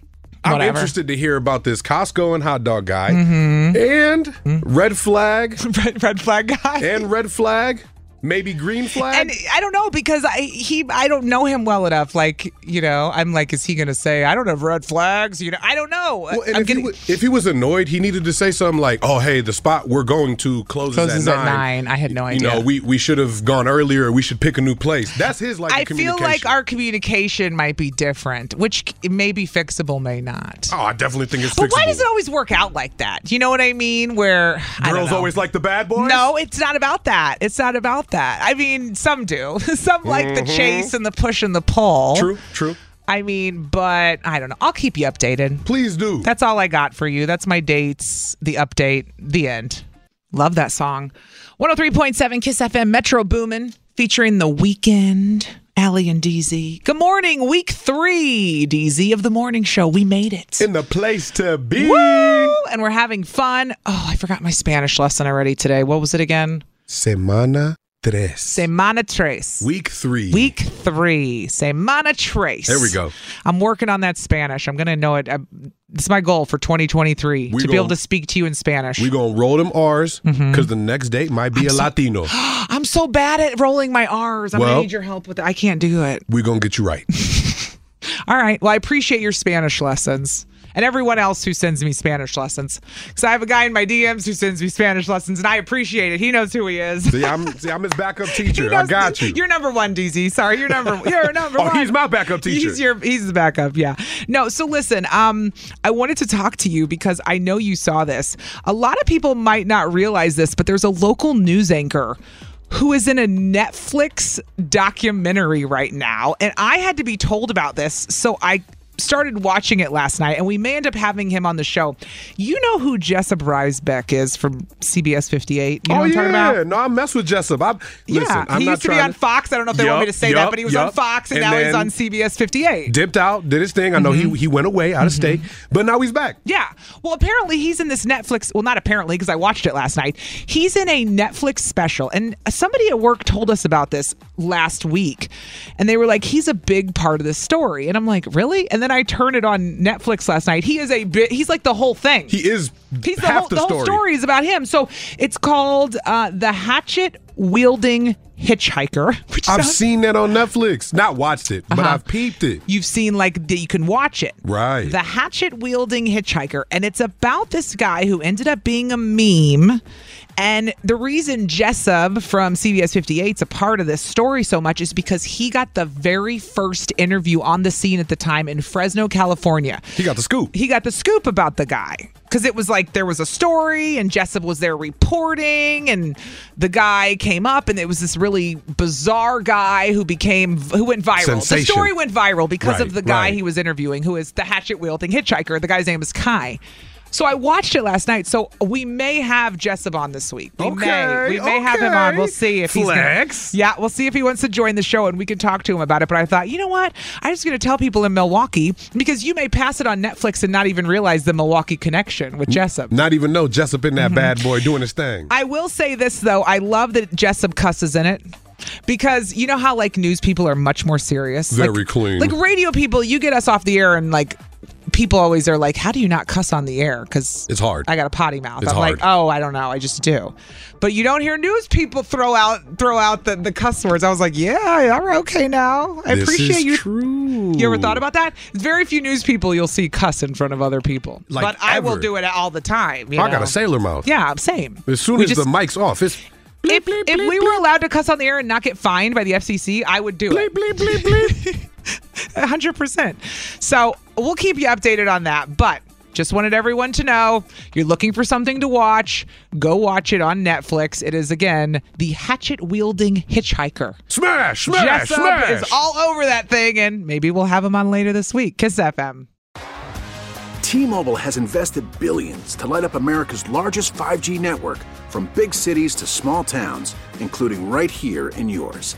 I'm Whatever. interested to hear about this Costco and hot dog guy Mhm. and red flag, red, red flag guy, and red flag, maybe green flag. And I don't know because I he I don't know him well enough. Like you know, I'm like, is he gonna say I don't have red flags? You know, I don't know. Well, and I'm if, he, wa- if he was annoyed, he needed to say something like, "Oh, hey, the spot we're going to closes, Closes at at nine. nine. I had no You idea. know, we we should have gone earlier. We should pick a new place." That's his like. I of feel like communication. our communication might be different, which c- may be fixable, may not. Oh, I definitely think it's. But why fixable. does it always work out like that? You know what I mean? Where I don't Girls know. always like the bad boys. No, it's not about that. It's not about that. I mean, some do. some like the Mhm. chase and the push and the pull. True, true. I mean, but I don't know. I'll keep you updated. Please do. That's all I got for you. That's my dates, the update, the end. Love that song. 103.7 Kiss FM Metro Boomin featuring The Weekend, Allie and DZ. Good morning, week three, DZ of The Morning Show. We made it. In the place to be. Woo! And we're having fun. Oh, I forgot my Spanish lesson already today. What was it again? Semana tres, Semana tres. week three. Week three, Semana Trace. There we go. I'm working on that Spanish. I'm going to know it. I, it's my goal for 2023 We to be gon- able to speak to you in Spanish. We gonna roll them R's because Mm-hmm. the next date might be a Latino. I'm so bad at rolling my R's. I'm going Well- to need your help with that. I can't do it. we gonna get you right. All right. Well, I appreciate your Spanish lessons and everyone else who sends me Spanish lessons. Because I have a guy in my DMs who sends me Spanish lessons, and I appreciate it. He knows who he is. See, I'm see, I'm his backup teacher. I got you. You're number one, DZ. Sorry, you're number you're number Oh, one. he's my backup teacher. He's your he's the backup. Yeah. No. So listen, um, I wanted to talk to you because I know you saw this. A lot of people might not realize this, but there's a local news anchor who is in a Netflix documentary right now, and I had to be told about this, so I started watching it last night and we may end up having him on the show. You know who Jessup Risebeck is from CBS 58? You know oh what I'm yeah, talking about? no, I mess with Jessup. I Yeah, listen. I'm he not used to be trying on Fox. I don't know if they want me to say that, yup, but he was on yup. Fox, and, now he's then on CBS 58. Dipped out, did his thing. I know Mm-hmm. he he went away out of state, but now he's back. Yeah. Well, apparently he's in this Netflix. Well, not apparently because I watched it last night. He's in a Netflix special, and uh, somebody at work told us about this last week, and they were like, "He's a big part of this story," and I'm like, "Really?" And then I turned it on Netflix last night. He is a bit. He's like the whole thing. He is He's the half whole, the whole story. story is about him. So it's called uh, the Hatchet Wielding Hitchhiker. Which I've sounds- seen that on Netflix. Not watched it, but Uh-huh. I've peeped it. You've seen like that you can watch it. Right. The hatchet wielding hitchhiker. And it's about this guy who ended up being a meme. And the reason Jessup from CBS 58 is a part of this story so much is because he got the very first interview on the scene at the time in Fresno, California. He got the scoop. He got the scoop about the guy. Because it was like there was a story and Jessup was there reporting, and the guy came up, and it was this really bizarre guy who became, who went viral. The Sensation. story went viral because because Right, of the guy right. he was interviewing, who is the hatchet wielding hitchhiker. The guy's name is Kai. So I watched it last night. So we may have Jessup on this week. We may. Okay, We may have him on. We'll okay. see if he's gonna, Flex. Yeah, we'll see if he wants to join the show and we can talk to him about it. But I thought, you know what? I'm just gonna tell people in Milwaukee because you may pass it on Netflix and not even realize the Milwaukee connection Mm. with Jessup. Not even know Jessup Mm-hmm. in that bad boy doing his thing. I will say this though, I love that Jessup cusses in it. Because you know how like news people are much more serious. Very Like- clean. Like radio people, you get us off the air and like people always are like, How do you not cuss on the air? Because It's hard. I got a potty mouth. It's I'm like, oh, I don't know, I just do. But you don't hear news people throw out throw out the, the cuss words. I was like, Yeah, you're okay now. I This appreciate is you. You ever thought about that? Very few news people you'll see cuss in front of other people. Like but I will ever. do it all the time. you I got know? a sailor mouth. Yeah, same. As soon We as just- the mic's off, it's if, if we were allowed to cuss on the air and not get fined by the FCC, I would do it. Bleep, bleep, bleep, bleep. 100%. So we'll keep you updated on that. But just wanted everyone to know you're looking for something to watch. Go watch it on Netflix. It is, again, The Hatchet Wielding Hitchhiker. smash, smash, Jessup smash. is all over that thing, and maybe we'll have him on later this week. Kiss FM. T-Mobile has invested billions to light up America's largest 5G network from big cities to small towns, including right here in yours.